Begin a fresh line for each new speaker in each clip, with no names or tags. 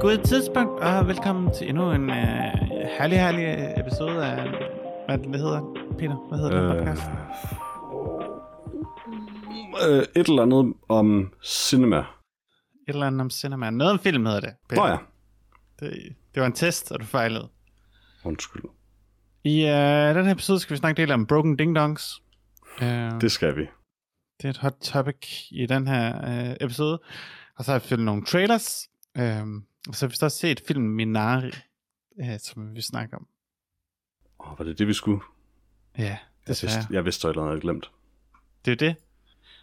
God tidspunkt, og velkommen til endnu en øh, herlig, herlig episode af, hvad det hedder, Peter, hvad hedder øh... den podcast?
Øh, et eller andet om cinema.
Et eller andet om cinema. Noget om film hedder det,
Nå ja,
Det, det var en test, og du fejlede.
undskyld.
I øh, den her episode skal vi snakke lidt om Broken Ding Dongs. Øh, det...
Det skal vi.
det er et hot topic i den her øh, episode. Og så har vi selvfølgelig nogle trailers. Øh, og så har vi så også set filmen Minari, øh, som vi snakker om.
Åh, var det det, vi skulle?
Ja,
Jeg
desværre.
vidste, jeg vidste så et eller andet, jeg havde glemt.
Det er jo det.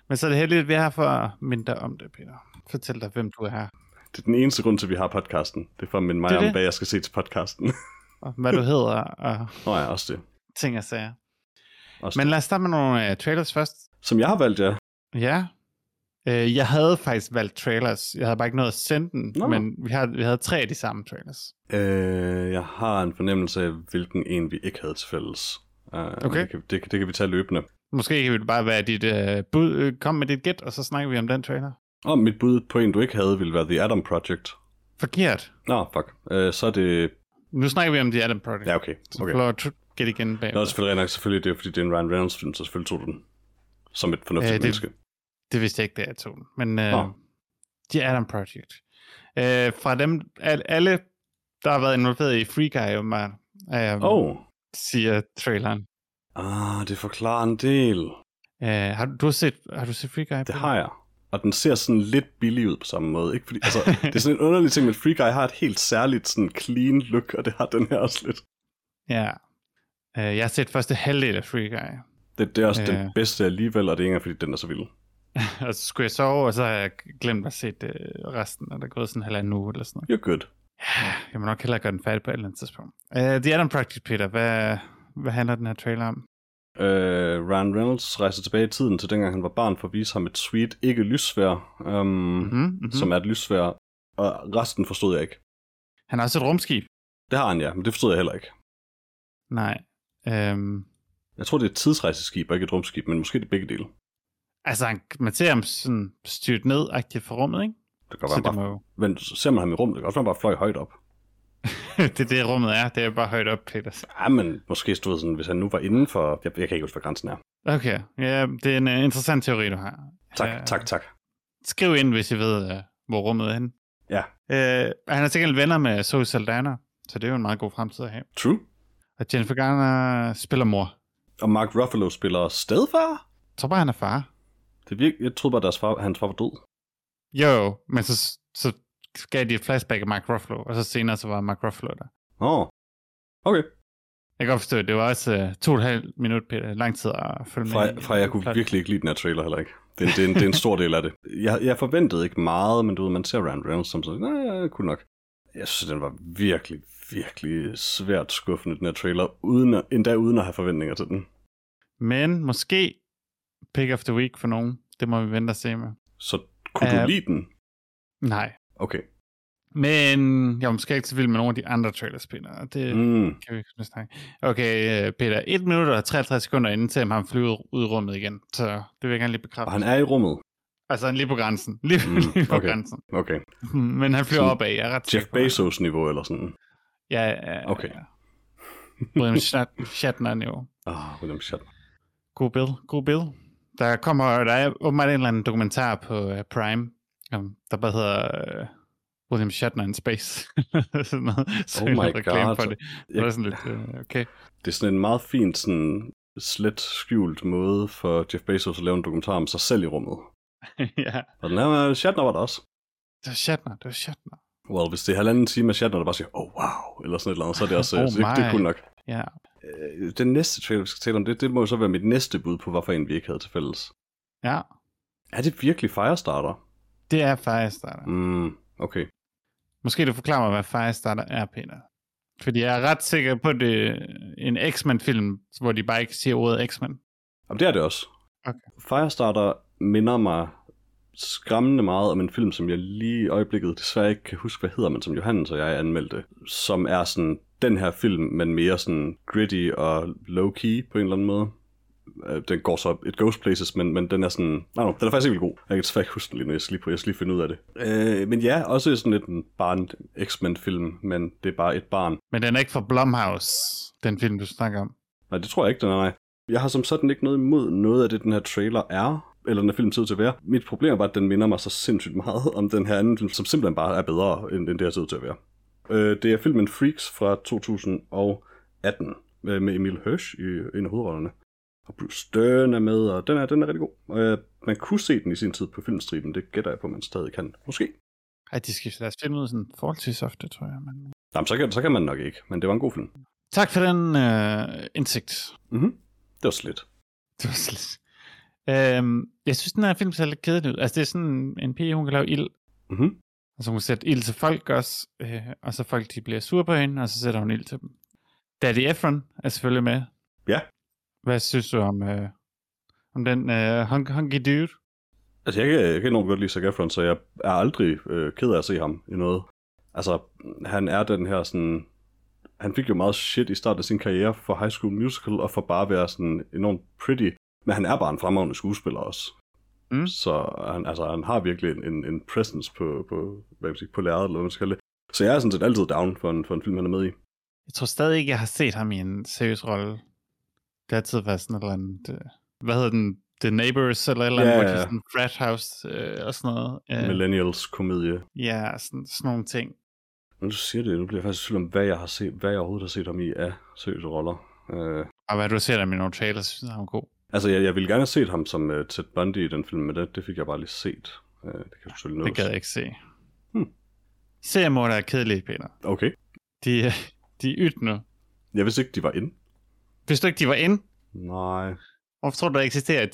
Men så er det heldigt, at vi er her for at minde dig om det, Peter. Fortæl dig, hvem du er her.
Det er den eneste grund til, at vi har podcasten. Det er for at minde mig
Det er
om,
det.
hvad jeg skal se til podcasten.
Og hvad du hedder, og
Nå ja, også det.
ting og sager.
Også
Men
Men... det.
lad os starte med nogle uh, trailers først.
Som jeg har valgt, ja.
Ja. Øh, jeg havde faktisk valgt trailers. Jeg havde bare ikke nået at sende den, Nå.
Nå.
men vi havde, vi havde tre af de samme trailers.
Øh, jeg har en fornemmelse af, hvilken en vi ikke havde til fælles. Uh,
Okay.
Det kan, det, kan- det kan vi tage løbende. Måske
Måske kan det bare være dit øh, bud. Øh, kom med dit gæt, og så snakker vi om den trailer.
Og mit bud på en, du ikke havde, ville være The Adam Project.
Forkert.
Nå, fuck. Øh, så er det...
Nu snakker vi om The Adam Project.
Ja, okay.
Så
okay.
får lov at tr- gætte igen bag.
Nå, det er selvfølgelig rigtig nok. Selvfølgelig det er, fordi det er en Ryan Reynolds film, så selvfølgelig tog du den. Som et fornuftigt
Øh,
øh,
det-
menneske.
Det vidste jeg ikke, da jeg tog den. Men øh,
Nå.
The Adam Project. Øh, fra dem, al, alle, der har været involveret i Free Guy, åbenbart, øh,
Åh. Oh.
siger traileren.
Ah, det forklarer en del.
Øh, har, du- du har, set, har du set Free Guy?
Det har jeg. Og den ser sådan lidt billig ud på samme måde. Ikke fordi, altså, det er sådan en underlig ting, men Free Guy har et helt særligt sådan clean look, og det har den her også lidt.
Ja. Øh, jeg har set første halvdel af Free Guy.
Det, det er også øh.
Ja.
den bedste alligevel, og det er ikke engang, fordi den er så vild.
og så skulle jeg sove, og så har jeg glemt at se det, resten, og der er gået sådan en halvanden uge eller sådan noget.
You're good.
Jeg må nok hellere gøre den færdig på et eller andet tidspunkt. Øh, The Adam Project, Peter, hvad, hvad handler den her trailer om?
Øh, Ryan Reynolds rejser tilbage i tiden til dengang, han var barn, for at vise ham et sweet, ikke lysvær, øhm, mm-hmm.
Mm-hmm.
som er et lysvær, og resten forstod jeg ikke.
Han har også et rumskib.
Det har han, ja, men det forstod jeg heller ikke.
Nej. Øhm,
Jeg tror, det er et tidsrejseskib, og ikke et rumskib, men måske det er begge dele.
altså, han, man ser ham sådan styrt ned agtigt fra rummet, ikke?
Det kan godt
Så
være,
det,
han bare...
må jo,
Men så ser man ham i rummet, det kan også være, han bare fløj højt op.
det er det, rummet er. Det er bare højt op, Peter.
Ja, men måske stod sådan, hvis han nu var inden for... Jeg, jeg kan ikke huske, hvad grænsen er.
Okay, ja, det er en uh, interessant teori, du har.
Tak,
Øh,
tak, tak.
Skriv ind, hvis I ved, uh, hvor rummet er henne.
Ja.
Uh, han er sikkert venner med Zoe Saldana, så det er jo en meget god fremtid at have.
True.
Og Jennifer Garner spiller mor.
Og Mark Ruffalo spiller stedfar?
Jeg tror bare, han er far.
Det virker, jeg troede bare, deres far, hans far var død.
Jo, jo, men så, så gav de et flashback af Mark Ruffalo, og så senere så var Mark Ruffalo der.
Åh. Oh. Okay.
Jeg kan godt forstå, at det var også uh, to og et halvt minut, Peter, lang tid at følge med.
Fra,
i.
fra jeg kunne
øh, Klart.
virkelig ikke lide den her trailer heller ikke. Det, er- det, er, en, det er en stor del af det. Jeg, jeg forventede ikke meget, men du ved, man ser Rand Reynolds som sådan, nej, jeg kunne nok. Jeg synes, den var virkelig, virkelig svært skuffende, den her trailer, uden at, endda uden at have forventninger til den.
Men måske pick of the week for nogen. Det må vi vente og se med.
Så kunne
Ja.
du lide den?
Nej.
Okay.
Men jeg var måske ikke så vild med nogle af de andre trailers, Peter. og Det mm.
Mm.
kan vi ikke snakke. Okay, øh, Peter. 1 minut og 53 sekunder inden til, at han flyver ud i rummet igen. Så det vil jeg gerne lige bekræfte.
Og han er i rummet.
Altså, han er lige på grænsen. Lige,
Mm,
mm, lige på
okay.
okay. grænsen.
Okay.
Men han flyver
Sådan
opad, jeg er ret
Jeff
sikker på det.
Bezos-niveau eller sådan.
Ja, ja, ja.
Okay.
William Shat- Shatner-niveau.
Ah, oh, William Shatner.
God Bill, god Bill. Der kommer, der er åbenbart en eller anden dokumentar på uh, Prime, um, der bare hedder uh, William Shatner in Space. Sådan noget. Så
Oh
er der
my
en reklame
God.
For det. det var sådan lidt, uh, okay.
Det er sådan en meget fin, sådan slet skjult måde for Jeff Bezos at lave en dokumentar om sig selv i rummet.
ja,
Og den her med Shatner var der også.
det var Shatner, det var Shatner.
Well, hvis det er halvanden time af Shatner, der bare siger, oh wow, eller sådan et eller andet, så er det også
Oh
oh det, det
my.
kunne nok.
Ja,
Øh, Den næste trailer, vi skal tale om, det, det må jo så være mit næste bud på, hvorfor en vi ikke havde til fælles.
ja.
Er det virkelig Firestarter?
Det er Firestarter. Mm.
Mm, okay.
Måske du forklarer mig, hvad Firestarter er, Peter. Fordi jeg er ret sikker på, at det er en X-Men-film, hvor de bare ikke siger ordet X-Men.
Jamen, det er det også.
Okay.
Firestarter minder mig skræmmende meget om en film, som jeg lige i øjeblikket desværre ikke kan huske, hvad hedder, men som Johannes og jeg anmeldte, som er sådan den her film, men mere sådan gritty og low-key på en eller anden måde. Øh, Den går så et ghost places, men, men den er sådan... Nej, no, den er faktisk ikke vildt god. Jeg kan desværre ikke huske den lige nu, jeg skal lige, på, jeg skal lige finde ud af det. Øh, men ja, også sådan lidt en barn X-Men-film, men det er bare et barn.
Men den er ikke fra Blumhouse, den film, du snakker om.
Nej, det tror jeg ikke, den er. Nej. Jeg har som sådan ikke noget imod noget af det, den her trailer er, eller den her film tid til at være. Mit problem er bare, at den minder mig så sindssygt meget om den her anden film, som simpelthen bare er bedre, end, end det her tid til at være. Øh, det er filmen Freaks fra 2018, øh, med med Emil Hirsch i en af hovedrollerne. Og Bruce Stern er med, og den er, den er rigtig god. Øh, man kunne se den i sin tid på filmstriben, det gætter jeg på, at man stadig kan. Måske.
Ej, de skifter deres film ud sådan forholdsvis ofte, tror jeg. Men...
Jamen, så kan, så kan man nok ikke, men det var en god film.
Tak for den øh, indsigt.
Mm-hmm. Det var slet.
Det var slet. Øhm, jeg synes, den her film ser lidt kedelig ud. Altså, det er sådan en pige, hun kan lave ild.
Mm-hmm.
Og så hun sætter ild til folk også, øh, og så folk de bliver sure på hende, og så sætter hun ild til dem. Daddy Efron er selvfølgelig med.
Ja.
Hvad synes du om, øh, om den øh, hunk- hunky dude?
Altså, jeg kan, jeg kan enormt godt lide Zac Efron, så jeg er aldrig øh, ked af at se ham i noget. Altså, han er den her sådan... Han fik jo meget shit i starten af sin karriere for High School Musical, og for bare at være sådan enormt pretty. Men han er bare en fremragende skuespiller også.
Mm.
Så han, altså, han har virkelig en, en, en presence på, på, hvad kan man sige, på lærredet, eller hvad man skal kalde det. Så jeg er sådan set altid down for en, for en film, han er med i.
Jeg tror stadig ikke, jeg har set ham i en seriøs rolle. Det har altid været sådan et eller andet... Øh, hvad hedder den? The Neighbors, eller et eller andet,
Ja,
hvor de
ja.
er sådan frat house øh, og sådan noget. Øh,
Millennials-komedie.
ja, sådan, sådan nogle ting.
Nu du siger det, nu bliver jeg faktisk i tvivl om, hvad jeg, har set, hvad jeg overhovedet har set ham i af seriøse roller. Øh,
Og hvad du ser der med nogle trailers, synes jeg, han er god.
Altså, jeg, jeg ville gerne have set ham som uh, Ted Bundy i den film, men det, det fik jeg bare lige set. Uh, det kan selvfølgelig
Det
nås.
gad jeg ikke se.
Hmm.
Seriemordere er kedelige, Peter.
Okay.
De, er- de er ydt nu.
Jeg vidste ikke, de var inde.
Hvis du ikke, de var inde,
Nej.
hvorfor tror du, der eksisterer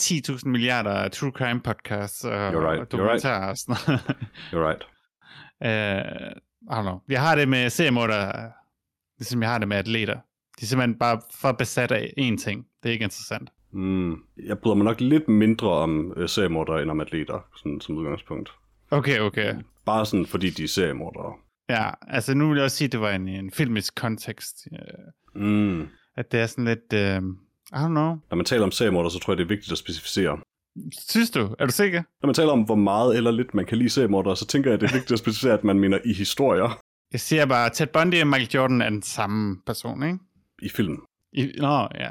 10.000 milliarder true crime podcasts og
You're right,
og
you're right.
dokumentarer og sådan noget?
You're right.
Øh, I don't know. Jeg har det med seriemordere, ligesom jeg har det med atleter. De er simpelthen bare for besat af én ting. Det er ikke interessant.
Mm. Jeg bryder mig nok lidt mindre om uh, seriemordere end om atleter, sådan, som udgangspunkt.
Okay, okay.
Bare sådan, fordi de er seriemordere.
Ja, altså nu vil jeg også sige, at det var en, en filmisk kontekst. øh,
Mm.
At det er sådan lidt... Øh, I don't know.
Når man taler om seriemordere, så tror jeg, det er vigtigt at specificere.
Synes du? Er du sikker?
Når man taler om, hvor meget eller lidt man kan lide seriemordere, så tænker jeg, det er vigtigt at specificere, at man mener i historier.
Jeg siger bare, Ted Bundy og Michael Jordan er den samme person, ikke?
I film.
I, nå, ja.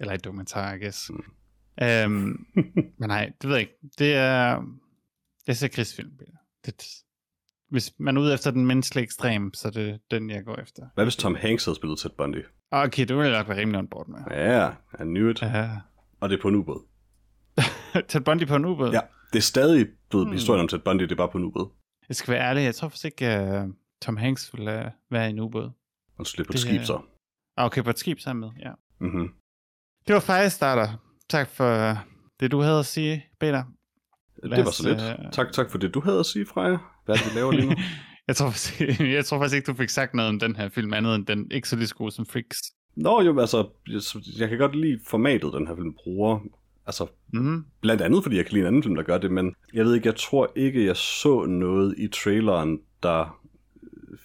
Eller i dokumentar, I guess.
Mm.
Øhm, men nej, det ved jeg ikke. Det er... Det er så krigsfilm, Peter. Det, hvis man er ude efter den menneskelige ekstrem, så er det den, jeg går efter.
Hvad hvis Tom Hanks havde spillet Ted Bundy?
Okay, det vil jeg nok være rimelig on board med.
Ja, I knew it.
Uh,
Og det er på en ubåd.
Ted Bundy på en ubåd?
Ja, det er stadig blevet
Hmm.
hmm. historien om Ted Bundy, det er bare på en ubåd.
Jeg skal være ærlig, jeg tror faktisk ikke, uh, Tom Hanks ville uh, være i en ubåd.
Han slipper
Det er-
et skib så.
Ah, Okay, på et skib sammen med, ja.
Mm-hmm.
Det var faktisk starter. Tak for øh, det, du havde at sige, Peter.
Det var
os,
så lidt.
øh,
Tak, tak for det, du havde at sige, Freja. Hvad er det, vi laver lige nu?
jeg, tror, faktisk- jeg tror faktisk ikke, du fik sagt noget om den her film, andet end den ikke så lige så god som Freaks.
Nå jo, altså, jeg, jeg kan godt lide formatet, den her film bruger. Altså,
Mm.
blandt andet, fordi jeg kan lide en anden film, der gør det, men jeg ved ikke, jeg tror ikke, jeg så noget i traileren, der øh,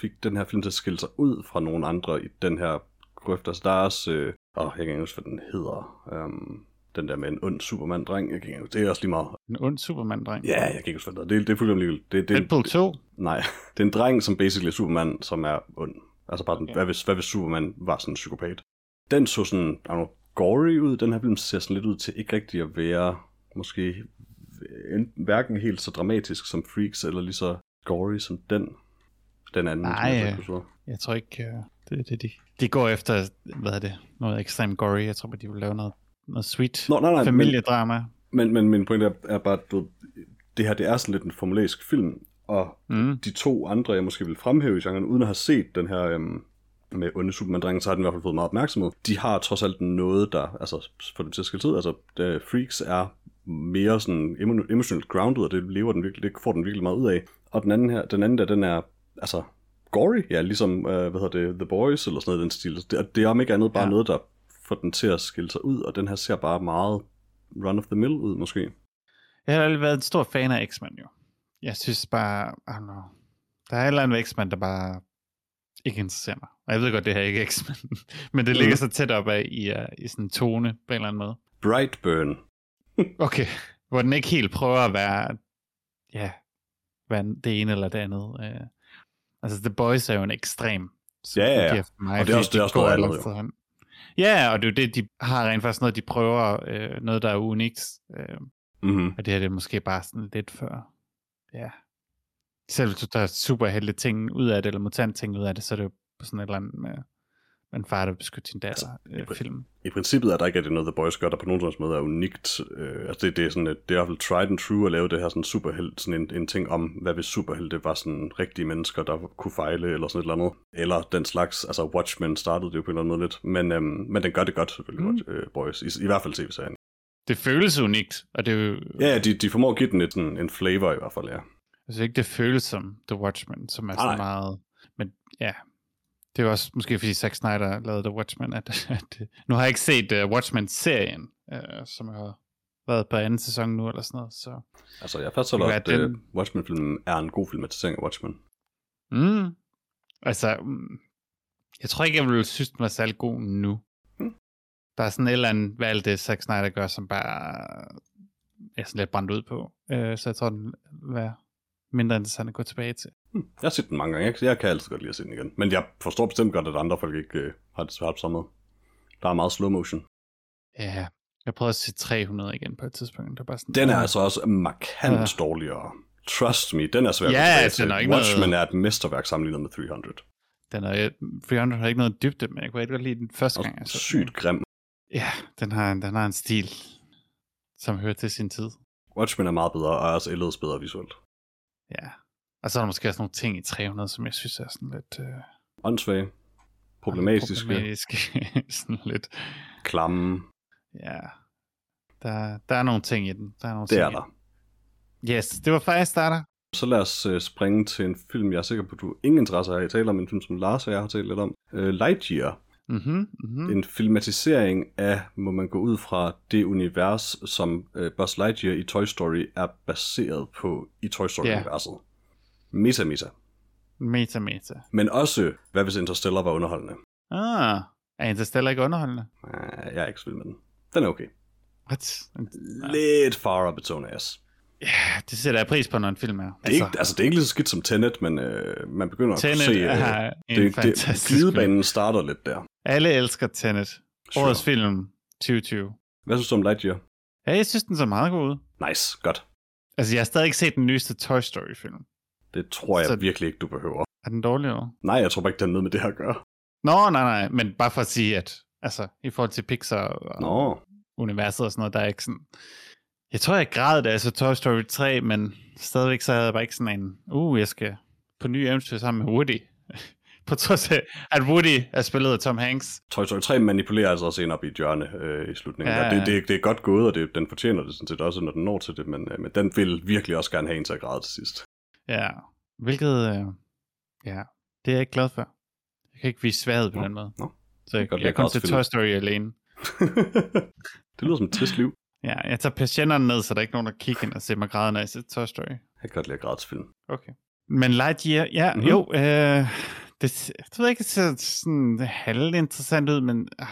fik den her film til at skille sig ud fra nogen andre i den her grøft. Altså, der er også, øh, åh, jeg kan ikke huske, hvad den hedder, øhm, den der med en ond Superman-dreng, jeg kan ikke huske, det er også lige meget.
En ond Superman-dreng.
Ja, jeg kan ikke huske, hvad den hedder. det er. Det er fuldstændig ligegyldigt. Det, det, er en-
Deadpool 2.
Nej, det er en dreng, som basically er Superman, som er ond. Altså bare, okay. hvad, hvis, hvad hvis Superman var sådan en psykopat? Den så sådan, I don't know, gory ud. Den her film ser sådan lidt ud til ikke rigtig at være, måske, en- hverken helt så dramatisk som Freaks, eller lige så gory som den. Den anden, som
Nej,
jeg
øh.
faktisk så.
Jeg tror ikke, øh, det er det, de... De går efter, hvad er det, noget ekstremt gory. Jeg tror bare, de vil lave noget, noget sweet
Nå, nej, nej, men-
familiedrama.
Men, men min pointe er, er bare, at du ved, det her det er sådan lidt en formulæsk film, og
Mm.
de to andre, jeg måske vil fremhæve i genren, uden at have set den her øhm, med onde Superman-drengen, så har den i hvert fald fået meget opmærksomhed. De har trods alt noget, der altså, for dem til at skille tid. Altså, øh, Freaks er mere sådan emo- emotionelt grounded, og det, lever den virkelig, det får den virkelig meget ud af. Og den anden her, den anden der, den er altså gory, ja, ligesom, øh, hvad hedder det, The Boys, eller sådan noget i den stil. Det, er- det er om ikke andet bare
Ja.
ja. noget, der får den til at skille sig ud, og den her ser bare meget run-of-the-mill ud, måske.
Jeg har aldrig været en stor fan af X-Men, jo. Jeg synes bare, I don't know. Der er et eller andet ved X-Men, der bare ikke interesserer mig. Og jeg ved godt, det her ikke er X-Men, men det ligger så tæt op af i, uh, i sådan en tone på en eller anden måde.
Brightburn.
Okay, hvor den ikke helt prøver at være, ja, være det ene eller det andet. Uh, altså, The Boys er jo en ekstrem. som
Ja, ja, ja.
fungerer for mig,
Og det er
fordi
også- det er
de
også noget
går
andet,
alle
jo.
steder hen. Ja, og det er jo det, de har rent faktisk noget, de prøver, øh, noget, der er unikt. Øh,
Mm-hmm.
og det her det er måske bare sådan lidt før. Ja. Selv hvis du tager superhelte ting ud af det, eller mutant ting ud af det, så er det jo sådan et eller andet med, med en far, der beskytter sin datter altså,
det-
øh, film.
I princippet er der ikke rigtig noget, The Boys gør, der på nogen som helst måde er unikt. Øh, altså det, det, er sådan, et, det er i hvert fald tried and true at lave det her sådan superhelt, sådan en, en ting om, hvad hvis superhelte var sådan rigtige mennesker, der kunne fejle eller sådan et eller andet. Eller den slags, altså Watchmen startede det jo på en eller anden måde lidt, men, øhm, men den gør det godt selvfølgelig,
Mm.
mm. Watch, øh, Boys, i, i hvert fald tv-serien.
Det føles unikt, og det er jo,
Ja, ja, de, de formår at give den et, sådan, en flavor i hvert fald, ja.
altså ikke det føles som The Watchmen, som er
Ah, Nej,
så
nej.
meget, men ja, det er jo også måske fordi Zack Snyder lavede The Watchmen, at, at det, nu har jeg ikke set uh, Watchmen-serien, uh, som har været på anden sæson nu eller sådan noget, så
Altså jeg fastholder,
Hvad er
at øh,
den?
Watchmen-filmen er en god filmatisering af Watchmen.
Mm. Altså, mm, jeg tror ikke, jeg ville synes, den var særlig god nu.
Mm.
Der er sådan et eller andet, hvad alt det Zack Snyder gør, som bare er sådan lidt brændt ud på. Øh, så jeg tror, den vil være mindre interessant at gå tilbage til.
Hmm. Jeg har set den mange gange, jeg, jeg kan altid godt lide at se den igen. Men jeg forstår bestemt godt, at andre folk ikke øh, har det svært på samme måde. Der er meget slow motion.
Ja, jeg prøvede at se 300 igen på et tidspunkt. Det var bare sådan,
Den er
ah,
altså også markant
Ja.
ja. dårligere. Trust me, den er svær
Ja,
at
den er ikke
Watchmen
noget-
er et mesterværk sammenlignet med 300.
Den er, 300 har ikke noget dybde, men jeg kunne rigtig godt lide den første
Og
gang. jeg så den.
sygt grim.
Ja, den har, den har en stil, som hører til sin tid.
Watchmen er meget bedre, og er også ældes bedre visuelt.
Ja. Og så er der måske også nogle ting i 300, som jeg synes er sådan lidt... Øh,
Åndssvage, problematiske,
problematiske. sådan lidt.
klamme.
Ja. Der, der er nogle ting i den. Der er nogle
Det
ting
er
i
der.
den. Yes, det var Firestarter.
Så lad os øh, springe til en film, jeg er sikker på, at du ingen interesse har i. Jeg taler om en film, som Lars og jeg har talt lidt om. Øh, Lightyear.
Mhm, mhm.
en filmatisering af, må man gå ud fra, det univers, som øh, Buzz Lightyear i Toy Story er baseret på i Toy Story-universet. Meta, meta.
Meta, meta.
Men også, hvad hvis Interstellar var underholdende?
Ah, er Interstellar ikke underholdende?
Uh, jeg er ikke så vild med den. Den er okay.
What?
Lidt far up its own ass.
Ja, det sætter jeg pris på, når en film er.
Det er, altså, ikke, altså, det er ikke lige så skidt som Tenet, men øh, man begynder at kunne
Tenet
se... øh,
er en
det, det,
fantastisk film.
glidebanen starter lidt der.
Alle elsker Tenet.
Sure.
Årets film 2020.
Hvad synes du om Lightyear?
Ja, jeg synes, den så meget god ud.
Nice, godt.
Altså, jeg har stadig ikke set den nyeste Toy Story-film.
Det tror jeg
Så-
så... virkelig ikke, du behøver.
Er den dårligere?
Nej, jeg tror bare ikke, det har noget med det her at gøre.
Nå, nej, nej, men bare for at sige, at altså, i forhold til Pixar og,
Nå,
universet og sådan noget, der er ikke sådan... Jeg tror, jeg græd, da jeg så Toy Story 3, men stadigvæk så havde jeg bare ikke sådan en, uh, jeg skal på ny eventyr sammen med Woody. på trods af, at Woody er spillet af Tom Hanks.
Toy Story 3 manipulerer altså også en op i et hjørne øh, i slutningen.
Ja,
Ja,
ja.
det, det, det er godt gået, og det, den fortjener det sådan set også, når den når til det, men, øh, men den vil virkelig også gerne have en til at græde til sidst.
Ja, hvilket... Øh, ja, det er jeg ikke glad for. Jeg kan ikke vise svaghed på
Nå,
den måde.
nå.
Så jeg,
kan godt
jeg
lide
kom til
grædsfilm.
Toy Story alene.
det lyder som et trist liv.
Ja, jeg tager patienterne ned, så der er ikke nogen, der kigger ind og ser mig græde, når jeg ser Toy Story.
Jeg kan godt lide at græde til film.
Okay. Men Lightyear, ja,
Mhm.
mm-hmm. jo, øh, det, jeg ved ikke, det ser sådan halvt interessant ud, men øh,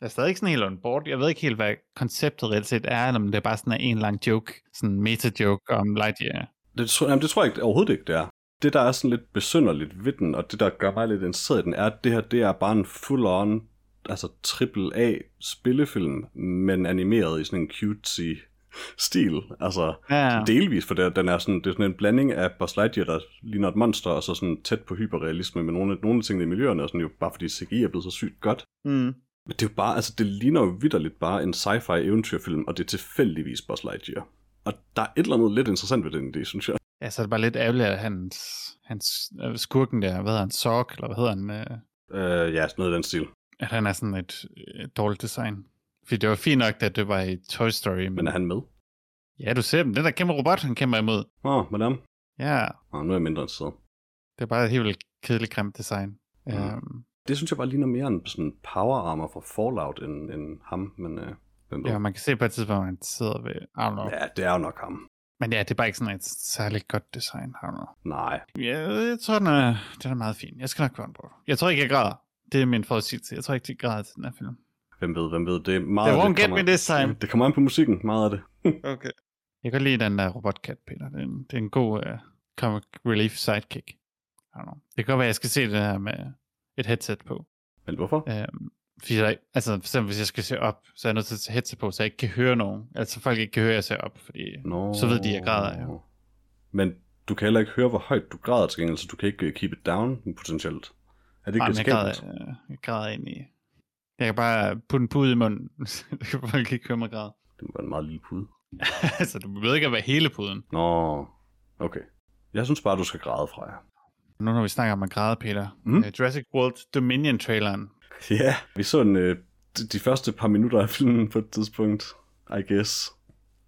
jeg er stadig ikke sådan helt on board. Jeg ved ikke helt, hvad konceptet reelt set er, eller om det er bare sådan en lang joke, sådan en meta-joke om Lightyear.
Det, tror, jamen, det tror jeg ikke, overhovedet ikke, det er. Det, der er sådan lidt besynderligt ved den, og det, der gør mig lidt interesseret i den, er, at det her det er bare en full-on, altså triple A spillefilm, men animeret i sådan en cutesy stil. Altså,
Ja, det...
Delvis, for det, den er sådan, det er sådan en blanding af Buzz Lightyear, der ligner et monster, og så sådan tæt på hyperrealisme med nogle, af- nogle af tingene i miljøerne, og sådan jo bare fordi CGI er blevet så sygt godt.
mm.
Men det er jo bare, altså det ligner jo vidderligt bare en sci-fi eventyrfilm, og det er tilfældigvis Buzz Lightyear. Og der er et eller andet lidt interessant ved den idé, synes jeg.
ja, så er det bare lidt ærgerligt, at hans, hans øh, skurken der, hvad hedder han, Sork, eller hvad hedder han, øh,
Øh, ja, sådan noget i den stil.
at han er sådan et øh, dårligt design. Fordi det var fint nok, at det var i Toy Story, men,
Men er han med?
ja, du ser dem, den der kæmpe robot, han kæmper imod.
Åh, oh, madame.
Ja,
Åh, nu er jeg mindre interesseret.
Det er bare et helt vildt kedeligt grimt design. Mm.
Mm.
Øhm,
Det synes jeg bare ligner mere en sådan power armor fra Fallout end, end ham, men øh, hvem ved?
ja, man kan se på et tidspunkt, at han sidder ved... I don't know.
ja, det er jo nok ham.
Men ja, det er bare ikke sådan et særligt godt design her nu.
Nej.
Ja, jeg tror, den er, den er meget fin. Jeg skal nok gøre den på. Jeg tror ikke, jeg græder. Det er min forudsigelse. Jeg tror ikke, de græder til den her film.
Hvem ved, hvem ved. Det er meget
They
af
won't
det
get
kommer-
me this time.
Det kommer an på musikken, meget af det.
Okay. Jeg kan lide den der robotkat, Peter. Det er en, det er en god uh, comic relief sidekick. I don't know. Det kan godt være, at jeg skal se det her med et headset på.
Men hvorfor?
Øhm, fordi jeg, altså for eksempel, hvis jeg skal se op, så er jeg nødt til at tage headset på, så jeg ikke kan høre nogen. Altså folk ikke kan høre, at jeg ser op, fordi
Nå.
Så ved de, jeg græder, ja.
Men du kan heller ikke høre, hvor højt du græder til gengæld, så du kan ikke øh, keep it down potentielt. Er det
Nej,
ikke
men jeg
risikabelt?
græder, øh, jeg græder ind i... Jeg kan bare putte en pude i munden, så kan folk ikke høre mig græde.
Det må være en meget lille pude.
altså, du behøver ikke at være hele puden.
Nå, okay. Jeg synes bare, du skal græde fra jer.
Nu når vi snakker om at græde, Peter.
Mm.
Mm. Uh, Jurassic World Dominion-traileren.
Ja, vi så en, øh, de- de første par minutter af filmen på et tidspunkt, I guess,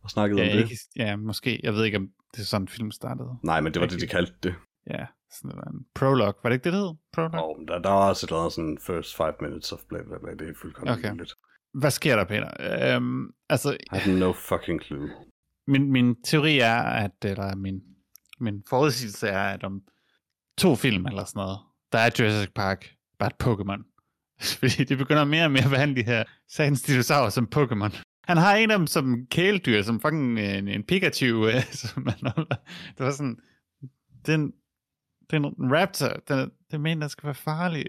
og snakkede
Ja,
om det.
ikke, ja, måske. Jeg ved ikke, om det er sådan, film startede.
Nej, men det var det, de kaldte det.
Ja, sådan det var en prologue. Var det ikke det, det hed? Prologue?
Og der, der var også et eller andet sådan first five minutes of bla bla bla, det er fuldkommen
Okay.
okay. lidt.
Hvad sker der, Peter? Øhm, altså,
I have no fucking clue.
min, min teori er, at, eller min, min forudsigelse er, at om to film eller sådan noget, der er Jurassic Park bare et Pokémon. Fordi det begynder mere og mere at behandle de her satans dinosaurer som Pokémon. Han har en af dem som kæledyr, som fucking øh, en, en Pikachu, øh, som man Det var sådan, den, den raptor, den, er- det mener, der skal være farlig.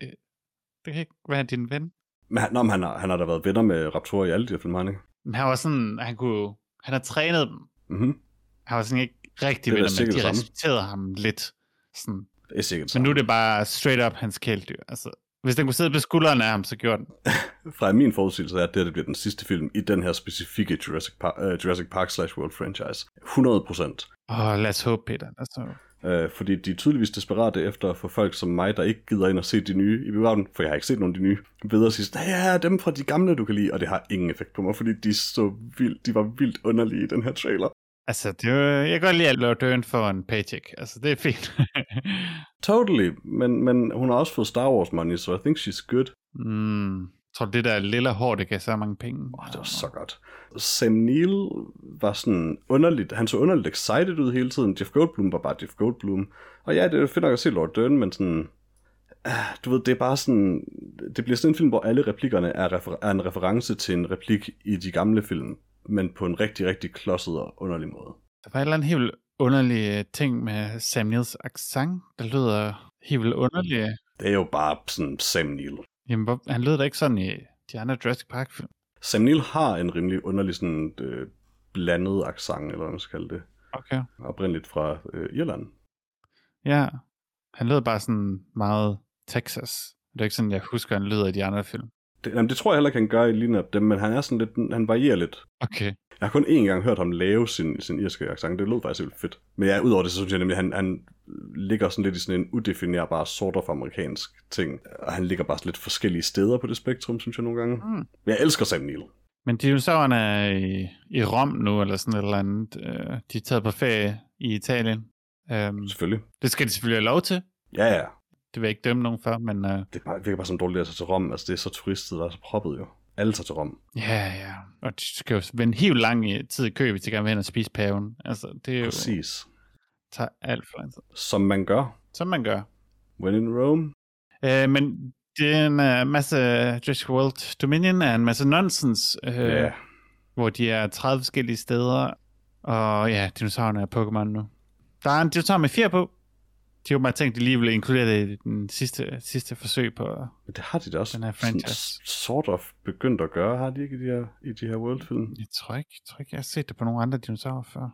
Det kan ikke være din ven.
Men han, nå, men han, har, han har da været venner med Raptor i alle de her film, har han ikke?
Men han var sådan, han kunne, han har trænet dem.
Mm-hmm.
Han var sådan ikke rigtig
Det er da
venner, men
sikkert
de
det samme.
respekterede ham lidt. Sådan.
Det er sikkert
Men
sådan.
nu er det bare straight up hans kæledyr. Altså, hvis den kunne sidde på skulderen af ham, så gjorde den.
Fra min forudsigelse er, at det her det bliver den sidste film i den her specifikke Jurassic Park, uh, Jurassic Park slash World franchise. 100 procent.
Åh, lad os håbe, Peter. Altså, Lad os håbe.
Øh, fordi de er tydeligvis desperate efter at få folk som mig, der ikke gider ind og se de nye i biografen, for jeg har ikke set nogen af de nye, ved at sige, sådan, ja, dem fra de gamle, du kan lide, og det har ingen effekt på mig, fordi de, er så vildt, de var vildt underlige i den her trailer.
Altså, det er, jo- jeg kan godt lide at lave døren for en paycheck. Altså, det er fint.
Totally, men, men hun har også fået Star Wars money, så I think she's good.
mm, tror du, det der lille hår, det gav så mange penge?
Åh, oh, det var så godt. Sam Neill var sådan underligt, han så underligt excited ud hele tiden. Jeff Goldblum var bare Jeff Goldblum. Og ja, det er fedt nok at se Lord Dern, men sådan... ah, Du ved, det er bare sådan... Det bliver sådan en film, hvor alle replikkerne er, refer- er en reference til en replik i de gamle film, men på en rigtig, rigtig klodset og underlig måde.
Der var et eller andet helt vildt underlig øh, ting med Sam Niels accent, der lyder helt vildt underlig.
Det er jo bare sådan Sam Neill.
Jamen, hvor, han lød da ikke sådan i de andre Jurassic Park-film.
Sam Neill har en rimelig underlig sådan øh, blandet accent, eller hvad man skal kalde det.
Okay.
Oprindeligt fra øh, Irland.
Ja, han lød bare sådan meget Texas. Det er ikke sådan, jeg husker, han lyder i de andre film.
Det, jamen, det tror jeg heller ikke, han gør i Lineup, dem, men han er sådan lidt, han varierer lidt.
Okay.
Jeg har kun én gang hørt ham lave sin, sin irske accent, det lød faktisk helt fedt. Men ja, udover det, så synes jeg nemlig, at han, han ligger sådan lidt i sådan en udefinerbar sort of amerikansk ting. Og han ligger bare sådan lidt forskellige steder på det spektrum, synes jeg nogle gange.
Mm.
Men jeg elsker Sam Neill.
Men dinosaurerne er i, i Rom nu, eller sådan et eller andet. Øh, De er taget på ferie i Italien. Øhm,
Selvfølgelig.
det skal de selvfølgelig have lov til.
Ja, ja.
Det vil jeg ikke dømme nogen for, men øh,
Det er bare, virker bare som dårligt at tage til Rom. Altså, det er så turistet, der er så proppet jo. Alle tager til Rom.
ja, ja. Og de skal jo vende helt lang i- tid i kø, hvis de gerne vil hen og spise paven. Altså, det er jo,
Præcis.
tager alt for lang tid.
Som man gør.
Som man gør.
When in Rome.
Øh, men det er en øh, masse Jurassic World Dominion er en masse nonsens. Øh,
Ja. Yeah.
hvor de er 30 forskellige steder, og ja, dinosaurerne er Pokémon nu. Der er en dinosaur med fjer på. De har bare tænkt, at de lige ville inkludere det i den sidste, sidste forsøg på...
Men det har de da også
Den her
sådan
franchise.
s- sort of begyndt at gøre, har de ikke i de her, i de her worldfilm?
Jeg tror ikke, jeg, tror ikke, jeg har set det på nogle andre dinosaurer før.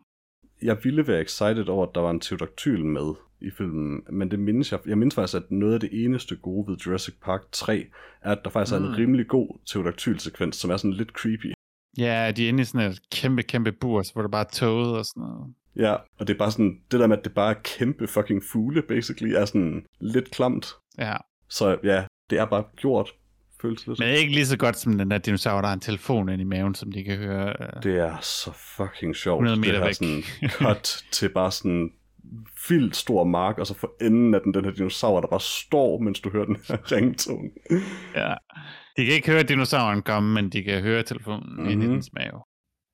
Jeg ville være excited over, at der var en pterodactyl med i filmen, men det mindes jeg, jeg mindes faktisk, at noget af det eneste gode ved Jurassic Park 3, er, at der faktisk mm. er
Mm.
en rimelig god pterodactyl-sekvens, som er sådan lidt creepy.
Ja, de er inde i sådan et kæmpe, kæmpe bur, så hvor der bare er toget og sådan noget.
Ja, og det er bare sådan, det der med, at det bare er kæmpe fucking fugle, basically, er sådan lidt klamt.
Ja,
Så ja, det er bare gjort, føles lidt.
men ikke lige så godt som den der dinosaur, der har en telefon inde i maven, som de kan høre. øh.
Det er så fucking sjovt.
100 meter
det her
væk.
sådan cut til bare sådan vildt stor mark, og så for enden af den, den her dinosaur, der bare står, mens du hører den her ringtone.
Ja. De kan ikke høre dinosauren komme, men de kan høre telefonen mm-hmm. inde i
Mhm.
dens mave.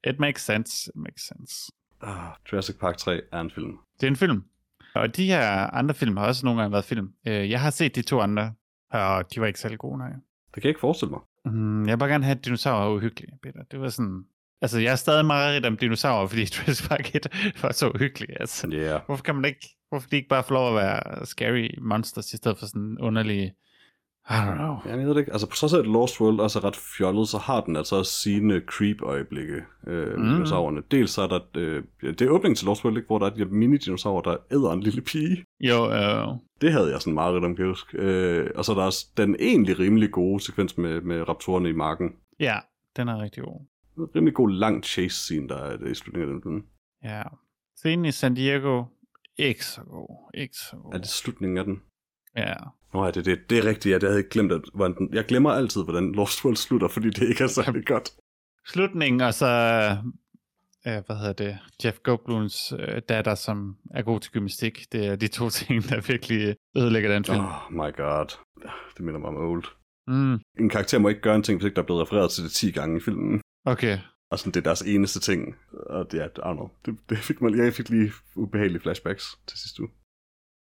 It makes sense, it makes sense.
Ah, Jurassic Park 3 er en film.
Det er en film. Og de her andre film har også nogle gange været film. Øh, Jeg har set de to andre, og de var ikke særlig gode, nej.
Det kan jeg ikke forestille mig.
Mm, jeg vil bare gerne have, at dinosaurer var uhyggelige, Peter. Det var sådan... Altså, jeg er stadig meget ret om dinosaurer, fordi Jurassic Park 1 var så uhyggelig. Altså,
Ja, yeah.
hvorfor kan man ikke... Hvorfor de ikke bare få lov at være scary monsters, i stedet for sådan underlige... I don't know.
jeg ved det ikke. Altså, på trods af, at Lost World også er ret fjollet, så har den altså også sine creep-øjeblikke øh,
Mm.
med dinosaurerne. Dels så er der, øh, det er åbningen til Lost World, ikke, hvor der er de her mini-dinosaurer, der æder en lille pige.
Jo, øh,
Det havde jeg sådan meget om, kan jeg huske. Øh, og så er der også den egentlig rimelig gode sekvens med, med raptorerne i marken.
ja, den er rigtig god.
Rimelig god lang chase scene, der er i slutningen af den film.
Ja. Scenen i San Diego, ikke så god. Ikke så god.
Er det slutningen af den?
Ja.
Nå, ja, det, det, det er rigtigt, ja, det havde jeg glemt. At, hvordan den, jeg glemmer altid, hvordan Lost World slutter, fordi det ikke er særlig godt.
Slutningen, og så... Øh, hvad hedder det? Jeff Goldblums øh, datter, som er god til gymnastik. Det er de to ting, der virkelig ødelægger den film.
Oh my god. Det minder mig om Old.
Mm,
En karakter må ikke gøre en ting, hvis ikke der er blevet refereret til det 10 gange i filmen.
okay.
Og sådan, det er deres eneste ting. Og det er, I don't know. Det, det fik mig, jeg fik lige ubehagelige flashbacks til sidste uge.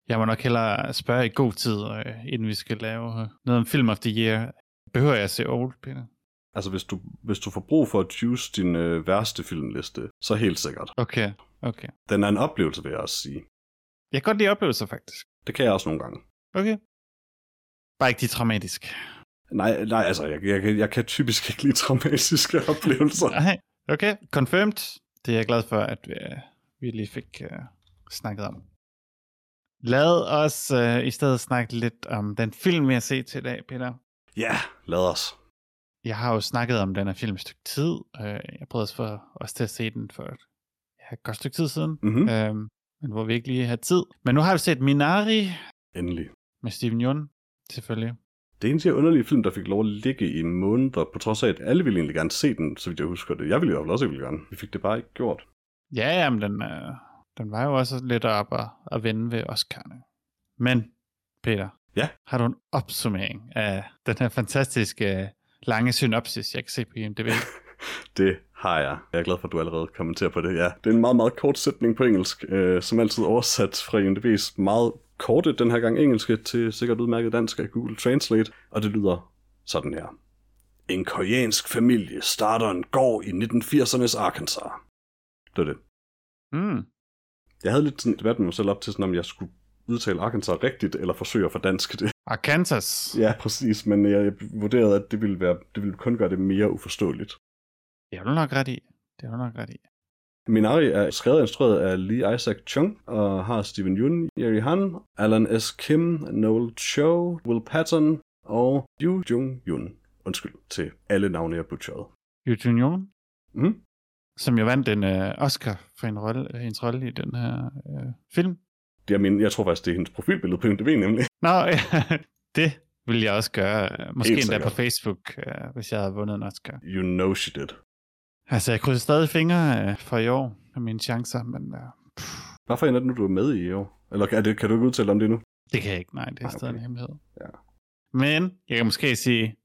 Jeg må nok hellere spørge i god tid, øh, inden vi skal lave øh, noget om Film of the Year. Behøver jeg at se Old, Peter?
Altså, hvis du, hvis du får brug for at juice din øh, værste filmliste, så helt sikkert.
Okay, okay.
Den er en oplevelse, vil jeg også sige.
Jeg kan godt lide oplevelser, faktisk.
Det kan jeg også nogle gange.
Okay. Bare ikke de traumatiske.
Nej, nej altså, jeg, jeg, kan- jeg kan typisk ikke lide traumatiske oplevelser.
Nej. Okay, confirmed. Det er jeg glad for, at vi, øh, vi lige fik uh, snakket om. Lad os uh, i stedet snakke lidt om den film, jeg har set til i dag, Peter.
Ja, lad os.
Jeg har jo snakket om den her film et stykke tid. Uh, jeg prøvede også, for, også til at se den for et, ja, et godt stykke tid siden,
Mm-hmm. Ja.
mm. uh, men hvor vi ikke lige havde tid. Men nu har vi set Minari
Endelig.
med Steven Yeun, selvfølgelig.
Det er en af de her underlige film, der fik lov at ligge i måneder, på trods af, at alle ville egentlig gerne se den, så vidt jeg husker det. Jeg ville i hvert fald også egentlig gerne. Vi fik det bare ikke gjort.
Ja, ja, men den, uh, den var jo også lidt op at, at vende ved Oscar'ne. Men, Peter,
Ja?
har du en opsummering af den her fantastiske øh, lange synopsis, jeg kan se på IMDb?
Det har jeg. Jeg er glad for, at du allerede kommenterer på det, ja. Det er en meget, meget kort sætning på engelsk, øh, som altid oversat fra IMDb's meget korte, den her gang engelske, til sikkert udmærket dansk af Google Translate, og det lyder sådan her. En koreansk familie starter en gård i 1980'ernes Arkansas. Det var det.
mm.
Jeg havde lidt sådan en debat med mig selv op til, sådan, om jeg skulle udtale Arkansas rigtigt, eller forsøge at fordanske det.
Arkansas.
Ja, præcis, men jeg vurderede, at det ville, være, det ville kun gøre det mere uforståeligt.
Det har du nok ret i. Det har du nok ret i.
Minari er skrevet og instrueret af Lee Isaac Chung, og har Steven Yeun, Yeri Han, Alan S. Kim, Noel Cho, Will Patton og Yu Jung Yun. Undskyld til alle navne, jeg butcherede.
Eugene Young,
Mm?
som jo vandt en øh, Oscar for en rolle, øh, hendes rolle i den her øh, film.
Det er min, jeg tror faktisk, det er hendes profilbillede på IMDb, nemlig.
Nå, ja, det vil jeg også gøre. øh, Måske
Helt
endda på
sikkert.
Facebook, øh, hvis jeg havde vundet en Oscar.
You know she did.
Altså, jeg krydser stadig fingre øh, for i år med mine chancer, men øh,
Hvad for en er det nu, du er med i i år? Eller er det, kan du ikke udtale om det nu?
det kan jeg ikke. Nej, det er
Ej,
stadig
okay.
en hemmelighed.
Ja.
Men jeg kan måske sige,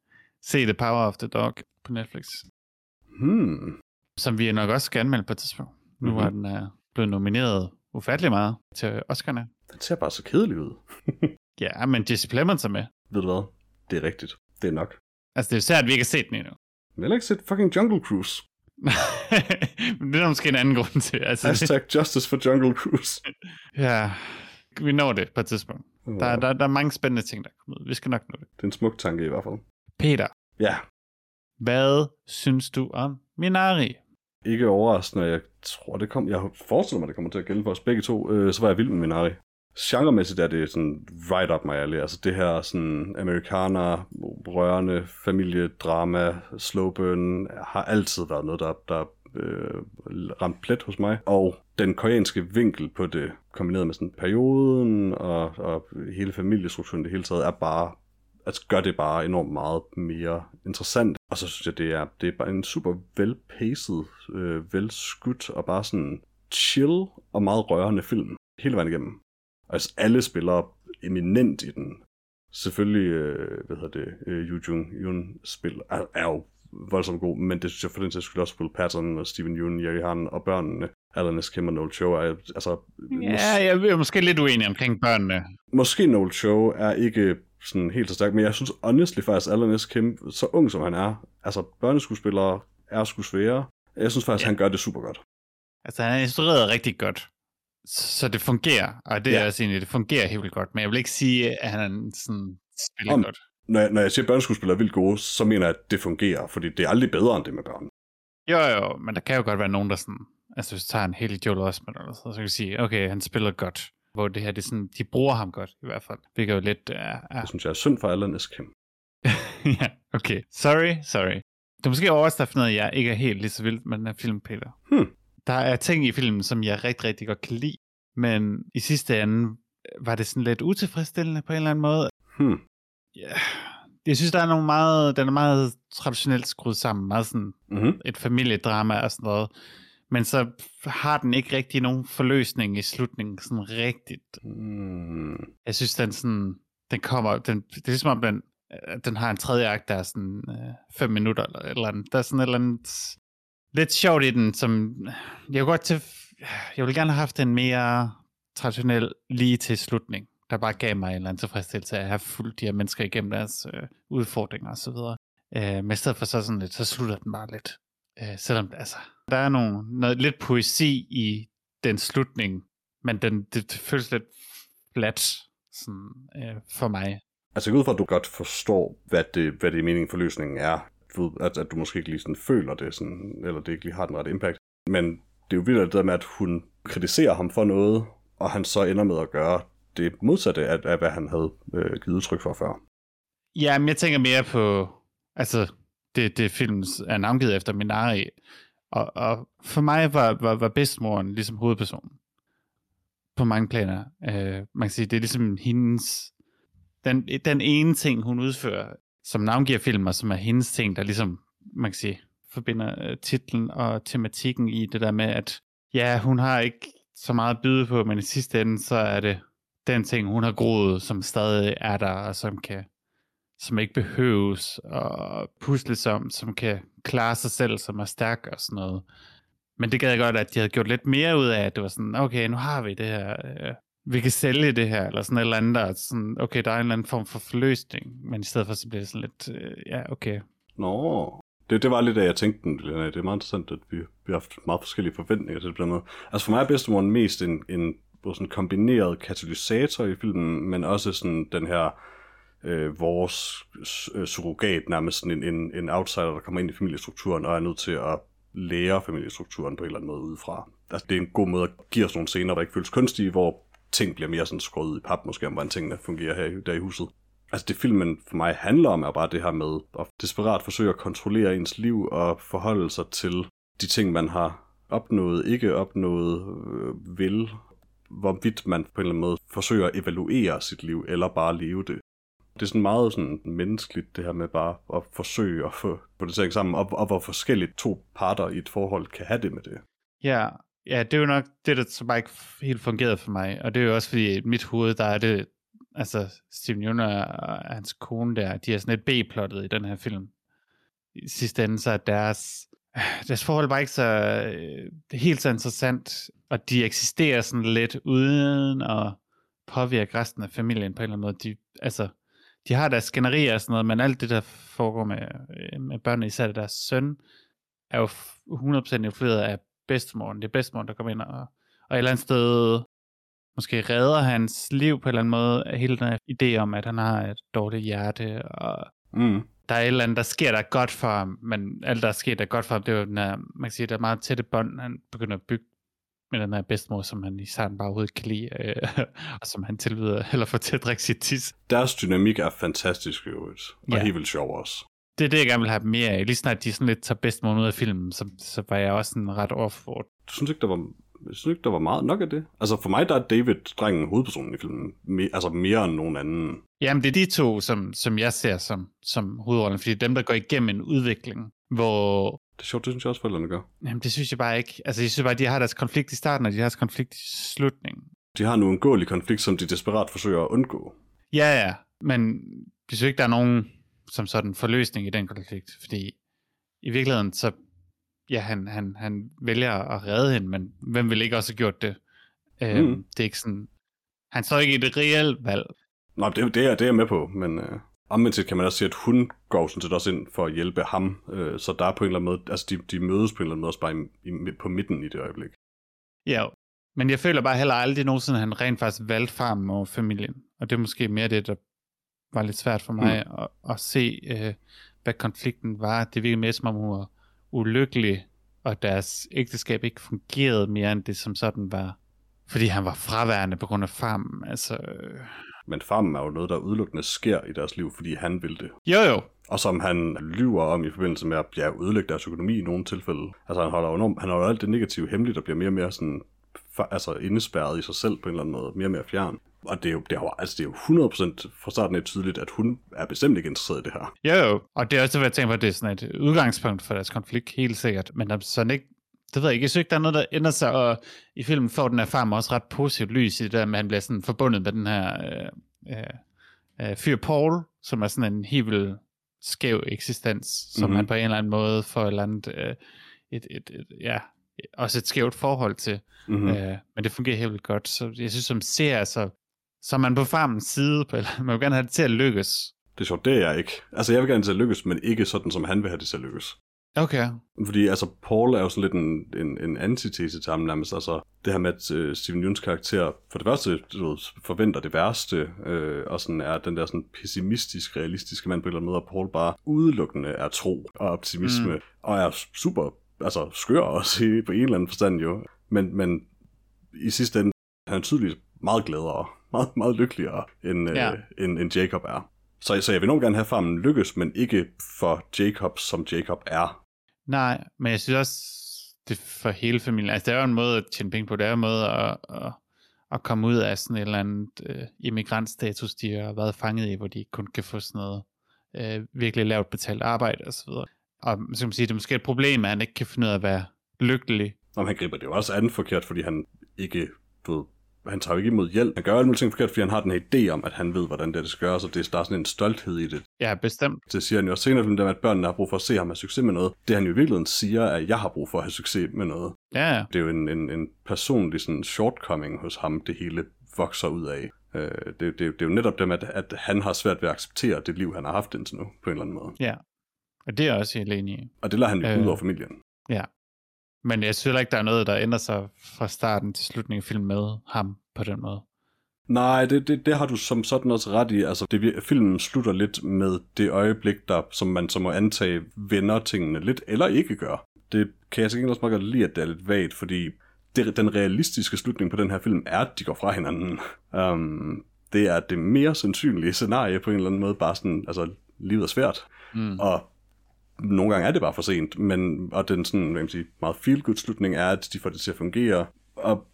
se The Power of the Dog på Netflix,
Hmm.
som vi nok også skal anmelde på et tidspunkt. Nu
Mhm.
er den øh, blevet nomineret ufattelig meget til Oscar'ne.
Den ser bare så kedelig ud.
Ja, men Jesse Plemons er med.
Ved du hvad? Det er rigtigt. Det er nok.
Altså, det er jo særligt, at vi ikke har set den endnu.
Men heller ikke set fucking Jungle Cruise.
men det er der måske en anden grund til. Altså, det,
Hashtag justice for Jungle Cruise.
ja, vi når det på et tidspunkt. Der,
Ja,
der, der er mange spændende ting, der er kommet ud. Vi skal nok nå det.
Det er en smuk tanke i hvert fald.
Peter,
Ja,
Hvad synes du om Minari?
ikke overraskende. Jeg tror, det kom... Jeg forestiller mig, det kommer til at gælde for os begge to. Øh, så var jeg vild med Minari. Genremæssigt er det sådan right up my alley. Altså det her sådan amerikaner, rørende, familiedrama, slow burn, har altid været noget, der, der øh, ramt plet hos mig. Og den koreanske vinkel på det, kombineret med sådan perioden og, og hele familiestrukturen i det hele taget, er bare altså gør det bare enormt meget mere interessant. Og så synes jeg, det er, det er bare en super velpaced, øh, velskudt og bare sådan chill og meget rørende film hele vejen igennem. Altså alle spiller eminent i den. Selvfølgelig, øh, hvad hedder det, øh, Yu Jung Yun spiller, er, er jo voldsomt god, men det synes jeg for den sags skyld også Will Patton og Steven Yeun, Jerry Han og børnene Alan S. Kim og Noel Cho er, altså,
Ja, jeg er måske lidt uenig omkring børnene.
Måske Noel Cho er ikke sådan helt så stærk, men jeg synes honestly faktisk, Alan S. Kim, så ung som han er, altså børneskuespillere er sgu svære. Jeg synes faktisk,
Ja.
han gør det super godt.
Altså, han er instrueret rigtig godt, så det fungerer. Og det
Ja.
er også egentlig, det fungerer helt vildt godt. Men jeg vil ikke sige, at han sådan spiller
Om-
godt.
Når jeg, når jeg siger, at børneskuespillere er vildt gode, så mener jeg, at det fungerer, fordi det er aldrig bedre end det med børn.
Jo, jo, men der kan jo godt være nogen, der sådan... Altså, hvis du tager en helt Joel Osment eller sådan, så kan du sige, okay, han spiller godt. Hvor det her, det er sådan, de bruger ham godt, i hvert fald. Hvilket jo lidt er... Uh,
Det synes jeg er synd for Alan S. Kim.
ja, okay. Sorry, sorry. Det er måske overstaffende, at jeg ikke er helt lige så vild med den her film, Peter.
Hmm.
Der er ting i filmen, som jeg rigtig, rigtig godt kan lide, men i sidste ende øh, var det sådan lidt utilfredsstillende på en eller anden måde.
Hmm.
Ja. Jeg synes, der er nogle meget, den er meget traditionelt skruet sammen, meget sådan
Mm-hmm.
et familiedrama og sådan noget. Men så har den ikke rigtig nogen forløsning i slutningen, sådan rigtigt.
Mm.
Jeg synes, den sådan, den kommer, den, det er ligesom om, den, øh, den har en tredje akt, der er sådan øh, fem minutter eller et eller andet. Der er sådan et eller andet lidt sjovt i den, som øh, jeg kunne godt til, øh, jeg ville gerne have haft en mere traditionel lige til slutning, der bare gav mig en eller anden tilfredsstillelse af at have fulgt de her mennesker igennem deres øh, udfordringer osv. Øh, men i stedet for så sådan lidt, så slutter den bare lidt. Øh, selvom altså, der er nogle, noget, lidt poesi i den slutning, men den, det, det føles lidt flat sådan, øh, for mig.
Altså jeg går ud fra, at du godt forstår, hvad det, hvad det er meningen for løsningen er. Du ved, At, at du måske ikke lige sådan føler det, sådan, eller det ikke lige har den rette impact. Men det er jo vildt at det der med, at hun kritiserer ham for noget, og han så ender med at gøre det modsatte af, af hvad han havde øh, givet udtryk for før.
Ja, men jeg tænker mere på, altså, det, det film er navngivet efter Minari, og, og for mig var, var, var bedstemoren ligesom hovedpersonen på mange planer. Øh, man kan sige, det er ligesom hendes, den, den ene ting, hun udfører, som navngiver filmer, som er hendes ting, der ligesom, man kan sige, forbinder øh, titlen og tematikken i det der med, at ja, hun har ikke så meget at byde på, men i sidste ende, så er det den ting, hun har groet, som stadig er der, og som kan som ikke behøves at pusles om, som kan klare sig selv, som er stærk og sådan noget. Men det gad jeg godt, at de havde gjort lidt mere ud af, at det var sådan, okay, nu har vi det her, øh, vi kan sælge det her, eller sådan et eller andet, og sådan, okay, der er en eller anden form for forløsning, men i stedet for, så bliver det sådan lidt, øh, ja, okay.
Nå, det, det var lidt af, jeg tænkte den, Lena. Det er meget interessant, at vi, vi har haft meget forskellige forventninger til det på den måde. Altså for mig er bedstemoren mest en, en både sådan kombineret katalysator i filmen, men også sådan den her øh, vores øh, surrogat, nærmest sådan en, en, en outsider, der kommer ind i familiestrukturen og er nødt til at lære familiestrukturen på en eller anden måde udefra. Altså det er en god måde at give os nogle scener, der ikke føles kunstige, hvor ting bliver mere sådan skåret i pap, måske om hvordan tingene fungerer her i, der i huset. Altså det filmen for mig handler om, er bare det her med at desperat forsøge at kontrollere ens liv og forholde sig til de ting, man har opnået, ikke opnået, øh, vil, hvorvidt man på en eller anden måde forsøger at evaluere sit liv, eller bare leve det. Det er sådan meget sådan menneskeligt, det her med bare at forsøge at få, få det til at hænge sammen, og, og hvor forskelligt to parter i et forhold kan have det med det.
Ja, ja, det er jo nok det, der så bare ikke helt fungerede for mig, og det er jo også fordi, i mit hoved, der er det, altså, Steven Junior og hans kone der, de er sådan lidt B-plottet i den her film. I sidste ende, så er deres, deres forhold var ikke så øh, helt så interessant, og de eksisterer sådan lidt uden at påvirke resten af familien på en eller anden måde. De, altså, de har deres skænderier og sådan noget, men alt det, der foregår med, øh, med børnene, især deres søn, er jo f- 100% influeret af bedstemoren. Det er bedstemoren, der kommer ind og, og et eller andet sted måske redder hans liv på en eller anden måde. Hele den her idé om, at han har et dårligt hjerte, og
Mm.
der er et eller andet, der sker, der er godt for ham, men alt, der er sket, der er godt for ham, det er jo den her, man kan sige, der er meget tætte bånd, han begynder at bygge med den her bedstemor, som han i starten bare overhovedet ikke kan lide, øh, og som han tilbyder, eller får til at drikke sit tis.
Deres dynamik er fantastisk i øvrigt, og
Ja.
helt vildt sjov også.
Det er det, jeg gerne vil have dem mere af. Lige snart de sådan lidt tager bedstemor ud af filmen, så, så var jeg også sådan ret off for
du synes ikke, der var, jeg synes ikke, der var meget nok af det? Altså for mig, der er David-drengen hovedpersonen i filmen. Me, altså mere end nogen anden.
Jamen, det er de to, som, som jeg ser som, som hovedrollen, fordi det er dem, der går igennem en udvikling, hvor...
Det er sjovt, det synes jeg også, forældrene gør.
Jamen, det synes jeg bare ikke. Altså, jeg synes bare, at de har deres konflikt i starten, og de har deres konflikt i slutningen.
De har en uundgåelig konflikt, som de desperat forsøger at undgå.
Ja, ja, men jeg synes ikke, der er nogen som sådan forløsning i den konflikt, fordi i virkeligheden, så ja, han, han, han vælger at redde hende, men hvem ville ikke også have gjort det? Øhm,
Mhm.
Det er ikke sådan... Han står ikke i et reelt valg.
Nå, det, det, er, det er jeg med på, men øh, omvendt set kan man også sige, at hun går jo sådan set også ind for at hjælpe ham, øh, så der er på en eller anden måde, altså de, de mødes på en eller anden måde også bare i, i, på midten i det øjeblik.
Ja, jo. men jeg føler bare heller aldrig nogensinde, at han rent faktisk valgte farmen over familien. Og det er måske mere det, der var lidt svært for mig mm. at, at se, øh, hvad konflikten var. Det virkede mere som om, hun var ulykkelig, og deres ægteskab ikke fungerede mere end det, som sådan var. Fordi han var fraværende på grund af farmen. Altså, øh.
Men farmen er jo noget, der udelukkende sker i deres liv, fordi han vil det.
Jo jo,
Og som han lyver om i forbindelse med at ja, ødelægge deres økonomi i nogle tilfælde. Altså han holder jo enormt, han holder alt det negative hemmeligt og bliver mere og mere sådan, fa- altså indespærret i sig selv på en eller anden måde, mere og mere fjern. Og det er jo, det er jo, altså det er jo 100% fra starten af tydeligt, at hun er bestemt ikke interesseret i det her.
Jo, jo. Og det er også, hvad jeg tænker på, at det er sådan et udgangspunkt for deres konflikt, helt sikkert. Men der er sådan ikke, det ved jeg ikke, jeg synes ikke, der er noget, der ændrer sig, og i filmen får den her farm også ret positivt lys i det der, med at han bliver sådan forbundet med den her øh, øh, øh, fyr Paul, som er sådan en helt vildt skæv eksistens, som
Mhm.
mm-hmm. han på en eller anden måde får et eller andet, øh, et, et, et, ja, også et skævt forhold til.
Mm-hmm.
Mm. Øh, men det fungerer helt vildt godt. Så jeg synes, som ser, så, så er man på farmens side, på, eller, man vil gerne have det til at lykkes.
Det er sjovt, det er jeg ikke. Altså, jeg vil gerne til at lykkes, men ikke sådan, som han vil have det til at lykkes.
Okay.
Fordi altså, Paul er jo sådan lidt en, en, en antitese til ham nærmest. Altså, det her med, at øh, Steven Nunes karakter for det første du ved, forventer det værste, øh, og sådan er den der sådan pessimistisk, realistiske mand på en eller anden måde, og Paul bare udelukkende er tro og optimisme, mm. og er super, altså skør også i, på en eller anden forstand jo. Men, men i sidste ende, han er tydeligvis meget gladere, meget, meget lykkeligere, end, ja.
Ja.
øh, end, end Jacob er. Så, så jeg vil nok gerne have farmen lykkes, men ikke for Jacob, som Jacob er.
Nej, men jeg synes også, det er for hele familien. Altså, der er jo en måde at tjene penge på. Der er jo en måde at, at, at komme ud af sådan et eller andet øh, immigrantstatus, de har været fanget i, hvor de ikke kun kan få sådan noget øh, virkelig lavt betalt arbejde osv. Og så kan man sige, det er måske et problem, at han ikke kan finde ud af at være lykkelig.
Nå, men han griber det jo også an forkert, fordi han ikke, du ved, han tager jo ikke imod hjælp. Han gør alle mulige ting forkert, fordi han har den her idé om, at han ved, hvordan det, det skal gøres, og det, der er sådan en stolthed i det.
Ja, bestemt.
Det siger han jo også senere, i filmen, det med, at børnene har brug for at se ham have succes med noget. Det han jo i virkeligheden siger, er, at jeg har brug for at have succes med noget.
Ja, ja.
Det er jo en, en, en personlig sådan, shortcoming hos ham, det hele vokser ud af. Øh, det, det, det, er jo netop dem, at, at han har svært ved at acceptere det liv, han har haft indtil nu, på en eller anden måde.
Og det er jeg også helt enig i.
Og det lader han jo øh.
Øh.
ud over familien.
Men jeg synes heller ikke, der er noget, der ændrer sig fra starten til slutningen af filmen med ham på den måde.
Nej, det, det, det har du som sådan også ret i. Altså, det, vir- filmen slutter lidt med det øjeblik, der, som man så må antage, vender tingene lidt, eller ikke gør. Det kan jeg til gengæld også meget godt lide, at det er lidt vagt, fordi det, den realistiske slutning på den her film er, at de går fra hinanden. Um, det er det mere sandsynlige scenarie på en eller anden måde, bare sådan, altså, livet er svært.
Mm.
Og nogle gange er det bare for sent, men, og den sådan, hvad kan man sige, meget feel-good slutning er, at de får det til at fungere. Og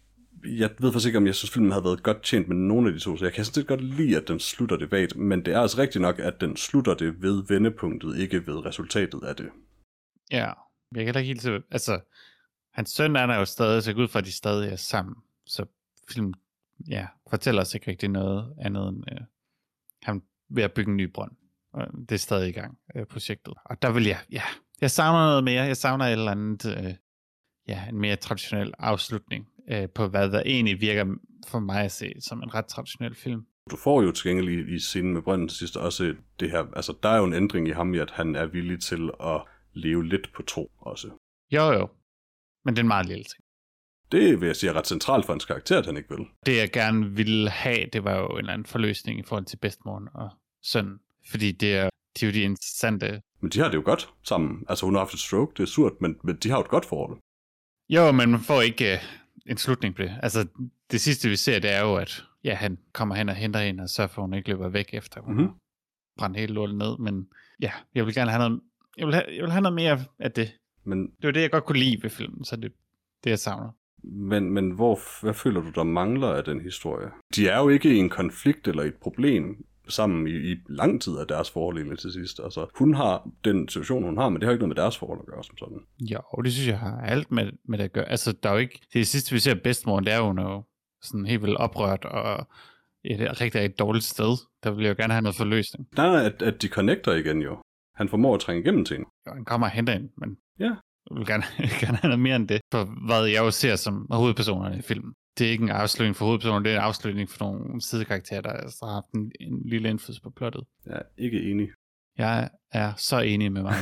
jeg ved faktisk ikke, om jeg synes, filmen havde været godt tjent med nogen af de to, så jeg kan sådan set godt lide, at den slutter det vagt, men det er altså rigtigt nok, at den slutter det ved vendepunktet, ikke ved resultatet af det.
Ja, jeg kan heller ikke helt se, altså, hans søn er der jo stadig, så jeg går ud fra, at de stadig er sammen, så film, ja, fortæller os ikke rigtig noget andet end, øh, han ved at bygge en ny brønd, og det er stadig i gang, øh, projektet. Og der vil jeg, ja, jeg savner noget mere, jeg savner et eller andet, øh, ja, en mere traditionel afslutning øh, på, hvad der egentlig virker for mig at se som en ret traditionel film.
Du får jo til gengæld i, i scenen med brønden til sidst også det her, altså der er jo en ændring i ham i, at han er villig til at leve lidt på tro også.
Jo, jo, men det er en meget lille ting.
Det vil jeg sige er ret centralt for hans karakter, at han ikke vil.
det jeg gerne ville have, det var jo en eller anden forløsning i forhold til bedstemoren og sønnen. Fordi det er, det er jo de interessante...
Men de har det jo godt sammen. Altså hun har haft et stroke, det er surt, men, men de har jo et godt forhold.
Jo, men man får ikke øh, en slutning på det. Altså, det sidste vi ser, det er jo, at ja, han kommer hen og henter hende, og sørger for, at hun ikke løber væk, efter hun
Mhm.
mm-hmm. brændte hele lortet ned. Men ja, jeg vil gerne have noget, jeg vil have, jeg vil have noget mere af det.
Men
Det var det, jeg godt kunne lide ved filmen, så det det, jeg savner.
Men, men hvor, hvad føler du, der mangler af den historie? De er jo ikke i en konflikt eller et problem sammen i, i lang tid af deres forhold egentlig til sidst. Altså, hun har den situation, hun har, men det har ikke noget med deres forhold at gøre som sådan.
Jo, det synes jeg har alt med, med det at gøre. Altså, der er jo ikke... Det sidste, vi ser bedstemoren, det er jo hun er jo sådan helt vildt oprørt og et rigtig, rigtig dårligt sted. Der vil jeg jo gerne have noget forløsning.
Nej, nej, at, at de connecter igen jo. Han formår at trænge igennem til hende.
Og han kommer og henter ind, men
Ja.
Jeg vil gerne, gerne have noget mere end det, for hvad jeg jo ser som hovedpersonerne i filmen. Det er ikke en afslutning for hovedpersonerne, det er en afslutning for nogle sidekarakterer, der altså har haft en, en lille indflydelse på plottet.
Jeg er ikke enig.
Jeg er så enig med mig.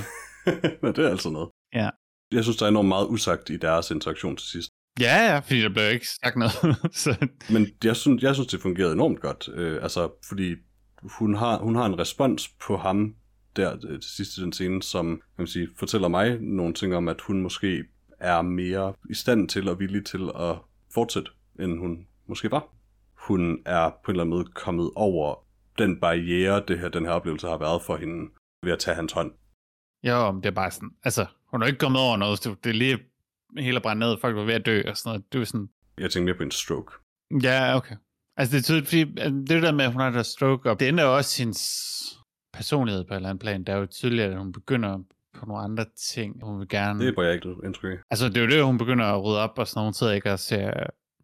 Men det er altså noget.
Ja.
Jeg synes, der er enormt meget usagt i deres interaktion til sidst.
ja, ja, fordi der blev ikke sagt noget. så
Men jeg synes, jeg synes det fungerede enormt godt. Øh, altså, fordi hun har, hun har en respons på ham der øh, til sidst i den scene, som kan man sige, fortæller mig nogle ting om, at hun måske er mere i stand til og villig til at fortsætte, end hun måske var. Hun er på en eller anden måde kommet over den barriere, det her, den her oplevelse har været for hende, ved at tage hans hånd.
Jo, men det er bare sådan, altså, hun er jo ikke kommet over noget, det det er lige hele brændt ned, folk var ved at dø og sådan noget. Det er sådan,
Jeg tænker mere på en stroke.
ja, okay. Altså, det er tydeligt, fordi altså, det der med, at hun har der stroke, og det ændrer jo også hendes personlighed på et eller andet plan. Det er jo tydeligt, at hun begynder på nogle andre ting. Hun vil gerne...
Det får jeg ikke indtryk af.
Altså, det er jo det, hun begynder at rydde op og sådan nogle tider, ikke? Og ser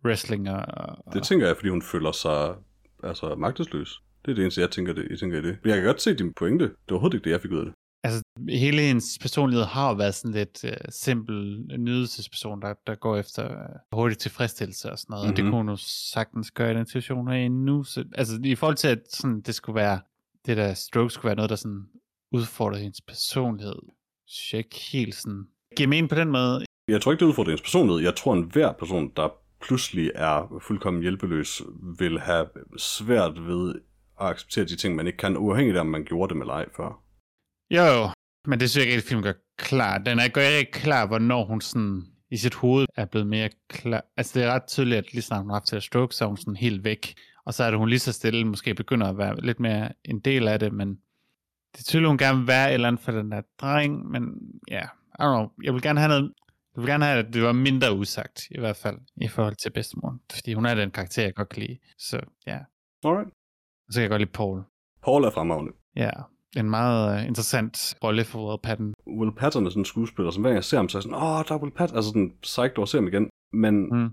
wrestling og... og
Det tænker jeg, fordi hun føler sig altså, magtesløs. Det er det eneste, jeg tænker, det, jeg tænker i det. Men jeg kan godt se din pointe. Det var overhovedet ikke det, jeg fik ud af det.
altså, hele hendes personlighed har jo været sådan lidt øh, simpel nydelsesperson, der, der går efter øh, hurtig tilfredsstillelse og sådan noget, mm-hmm. og det
Mhm.
kunne hun jo sagtens gøre i den situation her endnu. Så, altså, i forhold til, at sådan, det skulle være, det der stroke skulle være noget, der sådan udfordrede hendes personlighed, synes jeg ikke helt sådan, giver mening på den måde.
Jeg tror ikke, det udfordrer ens personlighed. Jeg tror, at hver person, der pludselig er fuldkommen hjælpeløs, vil have svært ved at acceptere de ting, man ikke kan, uafhængigt af, om man gjorde dem eller ej før.
Jo, jo, men det synes jeg ikke, at filmen gør klar. Den er gør ikke rigtig klar, hvornår hun sådan i sit hoved er blevet mere klar. Altså det er ret tydeligt, at lige snart hun har haft det her stroke, så er hun sådan helt væk. Og så er det, hun lige så stille måske begynder at være lidt mere en del af det, men det er tydeligt, hun gerne vil være et eller andet for den der dreng, men ja, I don't know. Jeg vil gerne have noget, jeg vil gerne have, at det var mindre usagt, i hvert fald, i forhold til bedstemoren. Fordi hun er den karakter, jeg godt kan lide. Så ja,
Alright.
og så kan jeg godt lide Paul.
Paul er fremragende.
Ja, en meget øh, interessant rolle for Will Patton.
Will Patton er sådan en skuespiller, som hver gang jeg ser ham, så er jeg sådan, åh, oh, der er Will Patton. Altså sådan, psyched over at se ham igen. Men
Mm.
mm.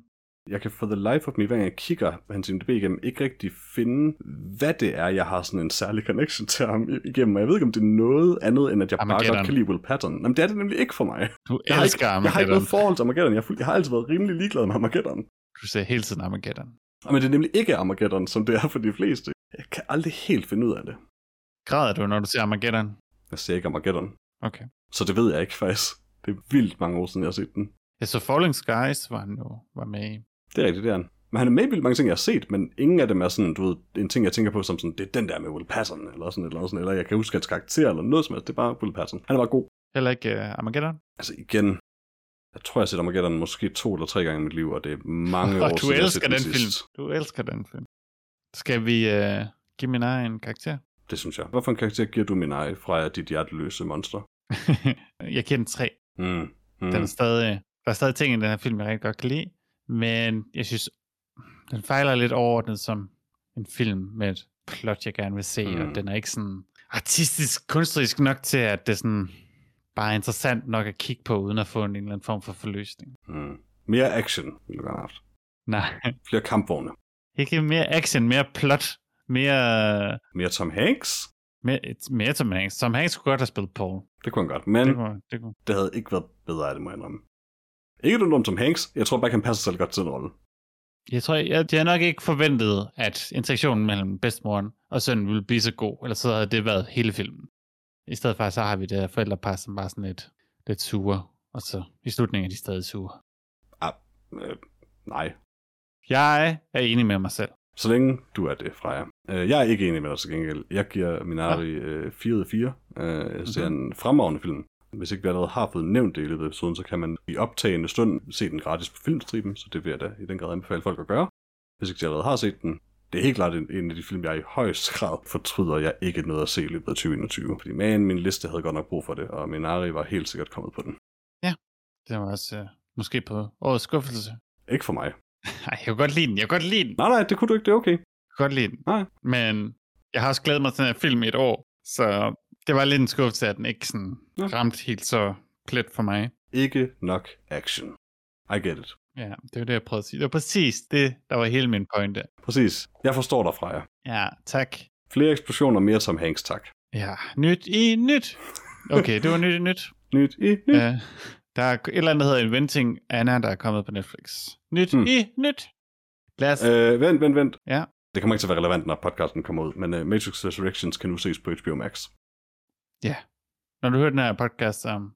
jeg kan for the life of me, hver gang jeg kigger hans IMDb igennem, ikke rigtig finde, hvad det er, jeg har sådan en særlig connection til ham i- igennem. Og jeg ved ikke, om det er noget andet, end at jeg bare
Armageddon.
godt kan lide Will Patton. Jamen, det er det nemlig ikke for mig.
Du
Jeg har, ikke,
elsker
jeg har ikke
Armageddon.
noget forhold til Armageddon. Jeg, er fuld- jeg har altid været rimelig ligeglad med Armageddon.
Du ser hele tiden Armageddon.
Men det er nemlig ikke Armageddon, som det er for de fleste. Jeg kan aldrig helt finde ud af det.
Græder du, når du ser Armageddon?
Jeg ser ikke Armageddon.
Okay.
Så det ved jeg ikke faktisk. Det er vildt mange år siden, jeg har set den.
Jeg så Falling Skies, var han jo var med i.
Det er rigtigt, det er han. Men han er med i vildt mange ting, jeg har set, men ingen af dem er sådan, du ved, en ting, jeg tænker på som sådan, det er den der med Will Patton, eller sådan et eller andet sådan, eller jeg kan huske hans karakter, eller noget som helst, det er bare Will Patton. Han er bare god.
Heller ikke uh, Armageddon.
Altså igen, jeg tror, jeg har set Armageddon måske to eller tre gange i mit liv, og det er mange år
Og du
siden, jeg har set
elsker den film.
sidst.
Du elsker den film. Skal vi uh, give min egen karakter?
Det synes jeg. Hvad for en karakter giver du min ej fra dit hjerteløse monster?
jeg giver den tre.
Mm. Mm.
Den er stadig, der er stadig ting i den her film, jeg rigtig godt kan lide. Men jeg synes, den fejler lidt overordnet som en film med et plot, jeg gerne vil se. Mm.
Mm.
Og den er ikke sådan artistisk, kunstnerisk nok til, at det er sådan bare er interessant nok at kigge på, uden at få en, en eller anden form for forløsning.
Mm. Mere action, ville jeg gerne have haft.
Nej,
Flere kampvogne.
ikke mere action, mere plot, mere,
Mere Tom Hanks.
mere, mere Tom Hanks. Tom Hanks kunne godt have spillet Paul.
Det kunne han godt, men
Det kunne, det kunne.
det havde ikke været bedre af det, må jeg indrømme. Ikke noget om Tom Hanks. Jeg tror bare ikke, han passer selv godt til den rolle.
Jeg tror, jeg, jeg har nok ikke forventet, at interaktionen mellem bedstemoren og sønnen ville blive så god, ellers så havde det været hele filmen. I stedet for, så har vi det her forældrepar, som bare sådan lidt, lidt sure, og så i slutningen er de stadig sure.
Øh, nej.
Jeg er enig med mig selv.
Så længe du er det, Freja. Øh, jeg er ikke enig med dig til gengæld. Jeg giver Minari øh, 4 ud af 4. Øh, jeg ser en fremragende film. Hvis ikke vi allerede har fået nævnt det i løbet af episoden, så kan man i optagende stund se den gratis på filmstriben, så det vil jeg da i den grad anbefale folk at gøre. Hvis ikke de allerede har set den, det er helt klart en, en af de film, jeg i højst grad fortryder, jeg ikke nåede at se i løbet af 2021. Fordi man, min liste havde godt nok brug for det, og Minari var helt sikkert kommet på den.
Det var også øh, måske på årets skuffelse.
Ikke for mig.
Ej, jeg kunne godt lide den, jeg kunne godt lide den, jeg
Nej, nej, det kunne du ikke, det er okay.
kunne godt lide den.
Nej.
Men jeg har også glædet mig til den her film i et år, så det var lidt en skuffelse, at den ikke sådan
Ja.
ramte helt så plet for mig.
Ikke nok action. I get it.
Ja, det var det, jeg prøvede at sige. Det var præcis det, der var hele min pointe.
Præcis. Jeg forstår dig, Freja.
Ja, tak.
Flere eksplosioner, mere Tom Hanks, tak.
Ja, nyt i nyt. Okay, det var nyt i nyt.
Nyt i nyt.
Ja, Der er et eller andet, der hedder Inventing Anna, der er kommet på Netflix. Nyt
Mm.
mm. i nyt. Lad os...
Øh, vent, vent, vent.
Ja.
Det kommer ikke til at være relevant, når podcasten kommer ud, men uh, Matrix Resurrections kan nu ses på HBO Max.
Når du hører den her podcast om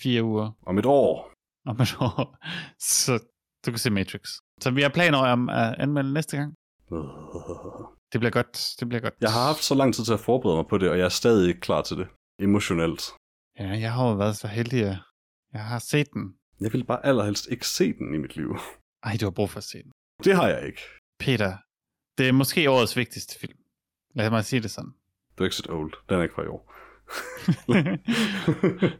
fire uger
Om et år.
om et år, så du kan se Matrix. Så vi har planer om at anmelde næste gang.
Øh.
Det bliver godt. Det bliver godt.
Jeg har haft så lang tid til at forberede mig på det, og jeg er stadig ikke klar til det. Emotionelt.
Ja, jeg har jo været så heldig, at jeg har set den.
Jeg ville bare allerhelst ikke se den i mit liv.
Ej, du har brug for at se den.
Det har jeg ikke.
Peter, det er måske årets vigtigste film. Lad mig sige det sådan.
Du er ikke så old. Den er ikke fra i år.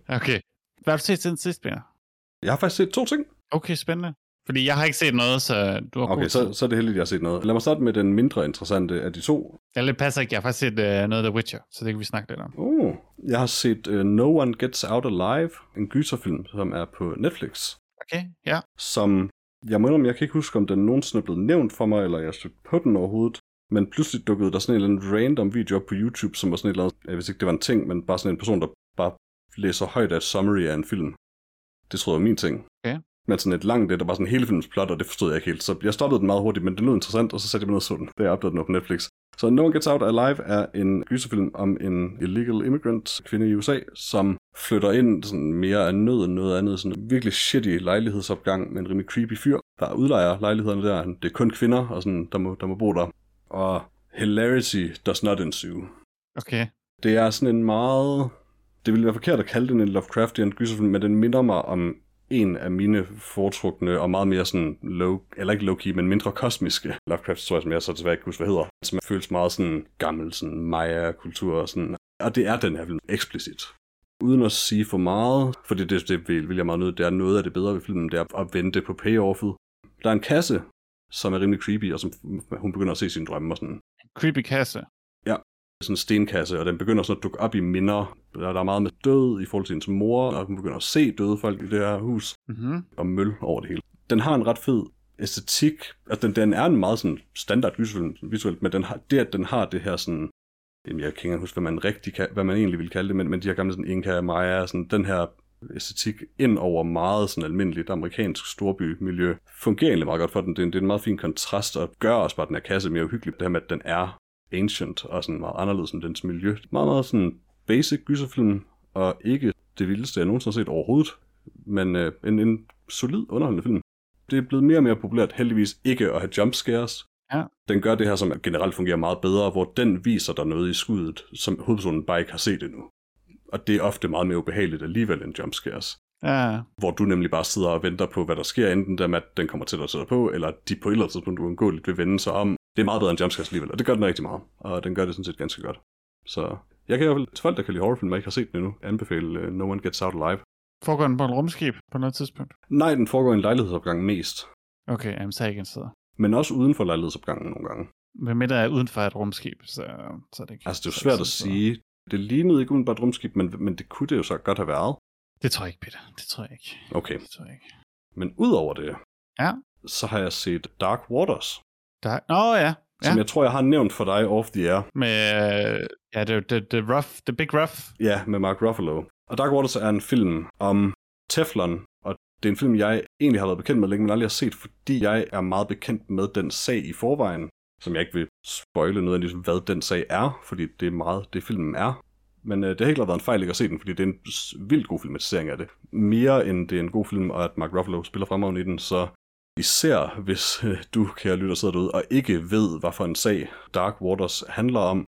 okay. Hvad har du set siden sidst, Peter?
jeg har faktisk set to ting.
Okay, spændende. Fordi jeg har ikke set noget, så du har
Okay,
god
så,
tid.
så er det heldigt, jeg har set noget. Lad mig starte med den mindre interessante af de to.
Eller det passer ikke. Jeg har faktisk set uh, noget af The Witcher, så det kan vi snakke lidt om.
Oh, jeg har set uh, No One Gets Out Alive, en gyserfilm, som er på Netflix.
Okay, ja.
som jeg må indrømme, jeg kan ikke huske, om den nogensinde er blevet nævnt for mig, eller jeg stødte på den overhovedet. Men pludselig dukkede der sådan en eller anden random video op på YouTube, som var sådan et eller andet, jeg vidste ikke, det var en ting, men bare sådan en person, der bare læser højt af et summary af en film. Det troede jeg var min ting.
Okay.
Men sådan et langt, det der var sådan hele filmens plot, og det forstod jeg ikke helt. Så jeg stoppede den meget hurtigt, men den lød interessant, og så satte jeg mig ned og så den, da jeg opdagede den op på Netflix. Så No One Gets Out Alive er en gyserfilm om en illegal immigrant kvinde i USA, som flytter ind sådan mere af nød end noget andet. Sådan en virkelig shitty lejlighedsopgang med en rimelig creepy fyr, der udlejer lejlighederne der. Det er kun kvinder, og sådan, der, må, der må bo der. Og hilarity does not ensue.
Okay.
Det er sådan en meget... Det ville være forkert at kalde den en Lovecraftian gyserfilm, men den minder mig om en af mine foretrukne og meget mere sådan low, eller ikke low-key, men mindre kosmiske Lovecraft, tror jeg, som jeg så desværre ikke husker, hvad hedder, som føles meget sådan gammel, sådan Maya-kultur og sådan. Og det er den her film eksplicit. Uden at sige for meget, for det, det, det vil, vil jeg meget nødt, det er noget af det bedre ved filmen, det er at vente på payoffet. Der er en kasse, som er rimelig creepy, og som hun begynder at se sine drømme og sådan
Creepy kasse.
sådan en stenkasse, og den begynder sådan at dukke op i minder. Der der er meget med død i forhold til hendes mor, og hun begynder at se døde folk i det her hus,
Mm-hmm.
og møl over det hele. Den har en ret fed æstetik. Altså, den, den er en meget sådan standard visuel, visuelt, men den har, det, at den har det her sådan... Jamen, jeg kan ikke engang huske, hvad man, rigtig kan, hvad man egentlig vil kalde det, men, men de her gamle sådan Inka Maya, sådan den her æstetik ind over meget sådan almindeligt amerikansk storbymiljø, fungerer egentlig meget godt for den. Det er, en, det er en meget fin kontrast, og gør også bare den her kasse mere uhyggelig. Det her med, at den er ancient og sådan meget anderledes end dens miljø. Meget, meget sådan basic gyserfilm, og ikke det vildeste, jeg nogensinde har set overhovedet, men øh, en, en solid underholdende film. Det er blevet mere og mere populært heldigvis ikke at have jumpscares.
Ja.
Den gør det her, som generelt fungerer meget bedre, hvor den viser dig noget i skuddet, som hovedpersonen bare ikke har set endnu. Og det er ofte meget mere ubehageligt alligevel end jumpscares
Ja,
hvor du nemlig bare sidder og venter på, hvad der sker, enten dem, at den kommer til dig tættere på, eller at de på et eller andet tidspunkt uundgåeligt vil vende sig om. Det er meget bedre end jumpscares alligevel, og det gør den rigtig meget, og den gør det sådan set ganske godt. Så jeg kan i hvert fald til folk, der kan lide horrorfilm, og ikke har set den endnu, anbefale uh, No One Gets Out Alive.
foregår den på et rumskib på noget tidspunkt?
Nej, den foregår i en lejlighedsopgang mest,
Okay, jamen, så er jeg ikke interesseret.
men også uden for lejlighedsopgangen nogle gange.
Hvad med der er uden for et rumskib, så, så er det ikke...
Altså, det er
så-
jo svært
så-
at
så-
sige. Det lignede ikke umiddelbart et rumskib, men, men det kunne det jo så godt have været.
Det tror jeg ikke, Peter. Det tror jeg ikke.
Okay,
Det tror jeg ikke.
men udover det,
Ja.
så har jeg set Dark Waters,
Der... Nå ja,
som jeg tror, jeg har nævnt for dig off the air.
med... øh, Ja, det er jo the, the, rough, the Big Rough.
Ja, med Mark Ruffalo. Og Dark Waters er en film om Teflon, og det er en film, jeg egentlig har været bekendt med længe, men aldrig har set, fordi jeg er meget bekendt med den sag i forvejen, som jeg ikke vil spoile noget af, hvad den sag er, fordi det er meget det, filmen er. Men øh, det har helt klart været en fejl ikke at se den, fordi det er en s- vildt god filmatisering af det. Mere end det er en god film, og at Mark Ruffalo spiller fremragende i den, så især hvis øh, du, kære lytter, sidder derude og ikke ved, hvad for en sag Dark Waters handler om,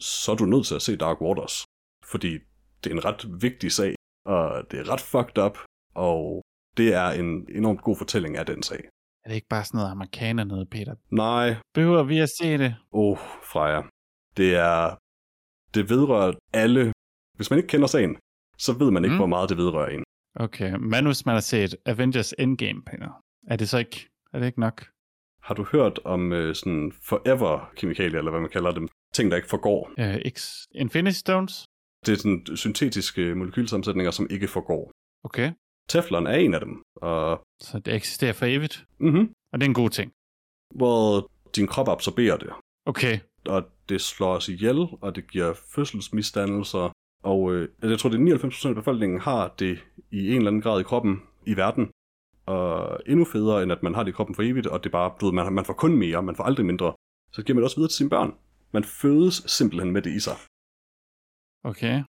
så er du nødt til at se Dark Waters fordi det er en ret vigtig sag, og det er ret fucked up, og det er en enormt god fortælling af den sag.
Er det ikke bare sådan noget amerikaner noget, Peter?
Nej,
Behøver vi at se det?
åh, oh, Freja, det er... Det vedrører alle... Hvis man ikke kender sagen, så ved man ikke,
Mm.
mm. hvor meget det vedrører en.
Okay, men hvis man har set Avengers Endgame, Peter, er det så ikke, er det ikke nok?
Har du hørt om øh, sådan forever-kemikalier, eller hvad man kalder dem? Ting, der ikke forgår.
Uh, X Infinity Stones?
Det er sådan syntetiske molekylsammensætninger, som ikke forgår.
Okay,
Teflon er en af dem, og...
så det eksisterer for evigt,
Mm-hmm,
og det er en god ting.
hvor din krop absorberer det.
Okay,
og det slår os ihjel, og det giver fødselsmisdannelser, Og øh, altså, jeg tror, det er 99% af befolkningen har det i en eller anden grad i kroppen i verden. Og endnu federe, end at man har det i kroppen for evigt, og det er bare, du ved, man, man får kun mere, man får aldrig mindre. Så giver man det også videre til sine børn. Man fødes simpelthen med det i sig.
Okay.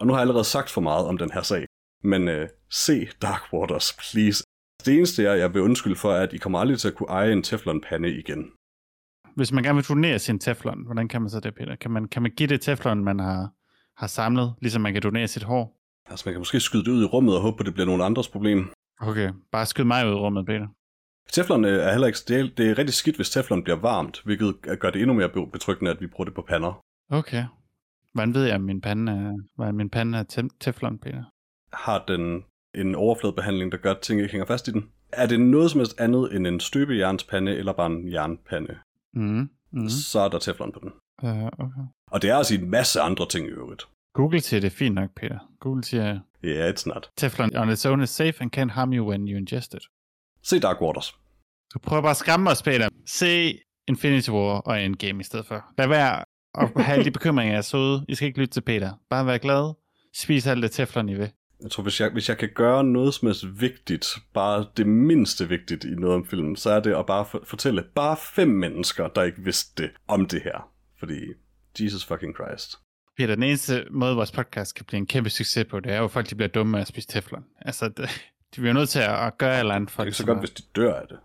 Og nu har jeg allerede sagt for meget om den her sag, men øh, se Dark Waters, please. Det eneste, jeg, jeg vil undskylde for, er, at I kommer aldrig til at kunne eje en Teflon-pande igen.
Hvis man gerne vil donere sin teflon, hvordan kan man så det, Peter? Kan man, kan man give det teflon, man har, har samlet, ligesom man kan donere sit hår?
Altså, man kan måske skyde det ud i rummet og håbe, at det bliver nogen andres problem.
Okay, bare skyd mig ud i rummet, Peter.
Teflon øh, er heller ikke... Det er, det er rigtig skidt, hvis teflon bliver varmt, hvilket gør det endnu mere be- betryggende, at vi bruger det på pander.
Okay. Hvordan ved jeg, om min pande er, hvordan min pande er tem- teflon, Peter?
Har den en overfladebehandling, der gør, at ting ikke hænger fast i den? Er det noget som helst andet end en støbejernspande eller bare en jernpande?
Mm. Mm.
Mm. Så er der teflon på den.
Uh, okay.
Og det er også i en masse andre ting i øvrigt.
Google siger, det er fint nok, Peter. Google siger,
Ja, yeah, it's not.
Teflon on its own is safe and can't harm you when you ingest it.
Se Dark Waters.
Du prøver bare at skræmme os, Peter. Se Infinity War og Endgame i stedet for. Lad være at have alle de bekymringer, jeg så I skal ikke lytte til Peter. Bare vær glad. Spis alt det teflon, I vil.
Jeg tror, hvis jeg, hvis jeg kan gøre noget som helst vigtigt, bare det mindste vigtigt i noget om filmen, så er det at bare for, fortælle bare fem mennesker, der ikke vidste det, om det her. Fordi, Jesus fucking Christ.
Peter, den eneste måde, vores podcast kan blive en kæmpe succes på, det er jo, at folk de bliver dumme af at spise teflon. Altså, det, de bliver nødt til at at gøre et eller andet.
Det er
Folk,
ikke så
som
godt,
er-
hvis de dør af det.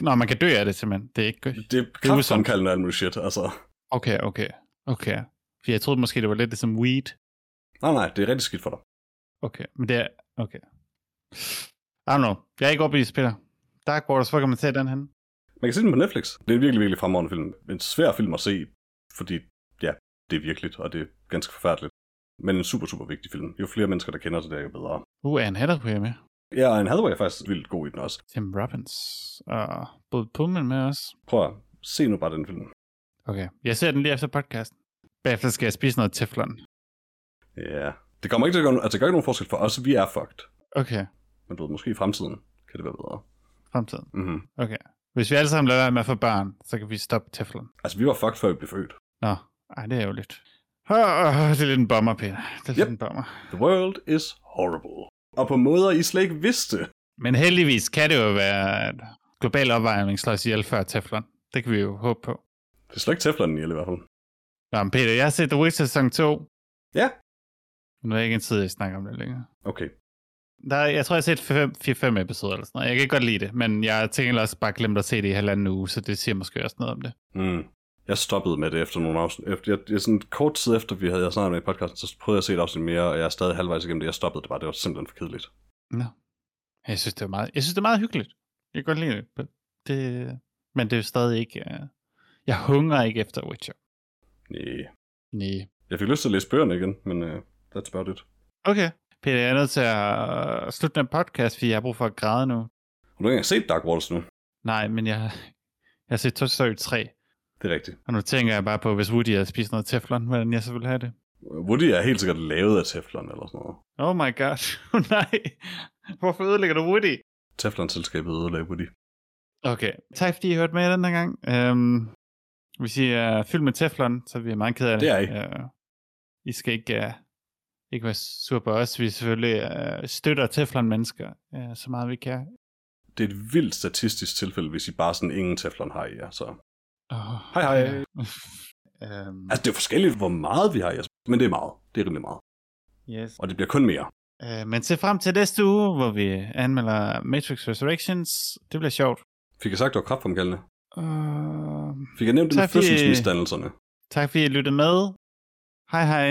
Nå, man kan dø af det simpelthen. Det er ikke godt.
Det er kraftfremkaldende og alt muligt shit, altså.
Okay, okay, okay. For jeg troede måske, det var lidt ligesom weed.
Nej, nej, det er rigtig skidt for dig.
Okay, men det er... Okay. I don't know. Jeg er ikke opvist, Peter. Dark Waters, hvor kan man se den hen?
Man kan se den på Netflix. Det er en virkelig, virkelig fremragende film. En svær film at se, fordi, ja, det er virkeligt, og det er ganske forfærdeligt. Men en super, super vigtig film. Jo flere mennesker, der kender til det, jo bedre.
Uh, Anne Hathaway er med.
Ja, og en Hathaway er faktisk vildt god i den også.
Tim Robbins. Og Bud Pullman med os.
Prøv at se nu bare den film.
Okay, jeg ser den lige efter podcasten. Bagefter skal jeg spise noget teflon.
Ja. Det kommer ikke til at gøre, no- altså, det gør ikke nogen forskel for os. Vi er fucked.
Okay,
Men du ved, måske i fremtiden kan det være bedre.
fremtiden.
Mm-hmm.
Hvis vi alle sammen lader være med at få børn, så kan vi stoppe teflon.
Altså, vi var fucked, før vi blev født.
Nå, ej, det er jo lidt. Oh, det er lidt en bomber, Peter. Det er lidt
Yep.
en bomber.
The world is horrible. Og på måder, I slet ikke vidste.
Men heldigvis kan det jo være, at global opvarmning slås ihjel før teflon. Det kan vi jo håbe på.
Det slår ikke teflonen ihjel i hvert fald.
Nå, men Peter, jeg har set The Witcher sæson 2.
Ja.
Nu er jeg ikke en tid, jeg snakker om det længere.
Okay.
Der, er- jeg tror, jeg har set 4-5 episoder eller sådan noget. Jeg kan godt lide det, men jeg har tænkt også bare glemt at se det i halvanden uge, så det siger måske også noget om det.
Mm. Jeg stoppede med det efter nogle afsnit. Efter, jeg, jeg, sådan kort tid efter, vi havde jeg snakket med i podcasten, så prøvede jeg at se et afsnit mere, og jeg er stadig halvvejs igennem det. Jeg stoppede det bare. Det var simpelthen for kedeligt.
Jeg synes, det er meget, jeg synes, det er meget hyggeligt. Jeg kan godt lide det. men det men det er jo stadig ikke... øh, Jeg hungrer ikke efter Witcher.
Nej.
Nej.
Jeg fik lyst til at læse bøgerne igen, men uh, that's about it.
Okay. Peter, jeg er nødt til at øh, slutte med podcast, fordi jeg har brug for at græde nu.
Har du ikke engang set Dark Waters nu?
Nej, men jeg, jeg har set Toy Story 3,
Det er rigtigt.
og nu tænker jeg bare på, hvis Woody havde spist noget teflon, hvordan jeg så ville have det.
Woody er helt sikkert lavet af teflon eller sådan noget.
Oh my god. Nej. Hvorfor ødelægger du Woody?
Teflon-selskabet ødelagde Woody.
Okay. Tak fordi I hørte med den her gang. Øhm, hvis I er fyldt med teflon, så er vi meget ked af det.
Det er I.
Øh, I skal ikke, øh, ikke være sur på os. Vi selvfølgelig øh, støtter teflon-mennesker øh, så meget vi kan.
Det er et vildt statistisk tilfælde, hvis I bare sådan ingen teflon har i jer. Så.
Oh,
Hej, hej.
øhm,
Altså, det er jo forskelligt, hvor meget vi har i jer, men det er meget. Det er rimelig meget.
yes.
Og det bliver kun mere.
Øh, men se frem til næste uge, hvor vi anmelder Matrix Resurrections. Det bliver sjovt.
Fik jeg sagt, det var kraftfremkaldende?
Øh,
Fik jeg nævnt det med
Tak, fordi-
fødselsmisdannelserne?
tak fordi I lyttede med. Hej hej.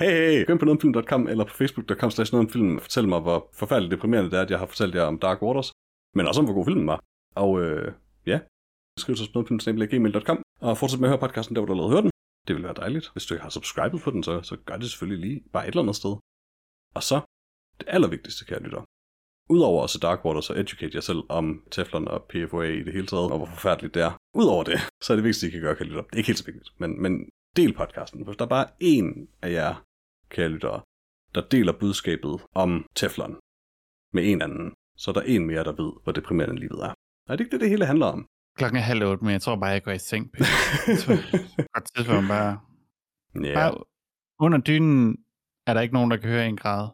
Hey, hey, gå ind på nogetomfilm.com eller på facebook.com slash nogetomfilm og fortæl mig, hvor forfærdeligt deprimerende det er, at jeg har fortalt jer om Dark Waters, men også om, hvor god filmen var. Og øh, ja, skriv til os på nogetomfilm.gmail.com og fortsæt med at høre podcasten, der hvor du allerede hører den. Det ville være dejligt. Hvis du ikke har subscribet på den, så, så gør det selvfølgelig lige bare et eller andet sted. Og så, det allervigtigste, kære lytter. Udover at se Dark Waters, så educate jer selv om Teflon og PFOA i det hele taget, og hvor forfærdeligt det er. Udover det, så er det vigtigste, I kan gøre, kære lytter. Det er ikke helt så vigtigt, men, men del podcasten. Hvis der er bare en af jer, kære lyttere, der deler budskabet om Teflon med en anden, så er der en mere, der ved, hvor deprimerende livet er. Er det ikke det, det hele handler om?
Klokken er halv otte, men jeg tror bare, jeg går i seng. Peter. Jeg tror- Godt tidspunkt bare.
ja,
Bare under dynen er der ikke nogen, der kan høre en grad.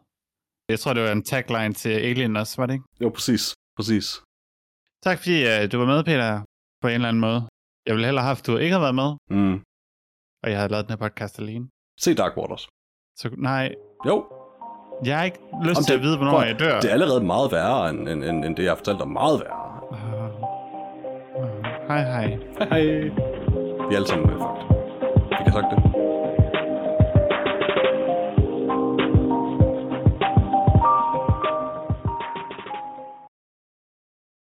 Jeg tror, det var en tagline til Alien også, var det ikke?
Jo, præcis. Præcis.
Tak fordi uh, du var med, Peter, på en eller anden måde. Jeg ville hellere have haft, at du ikke havde været med,
Mm.
og jeg havde lavet den her podcast alene.
Se Dark Waters.
Så nej,
Jo,
jeg har ikke lyst
Om
til
det-
at vide, hvornår
prøv-
jeg dør.
det er allerede meget værre, end, end, end, end det, jeg har fortalt dig. Meget værre.
Ah. Ah. Hej hej.
Hej hej. Vi er alle sammen øh, fucked. Vi kan sagt det.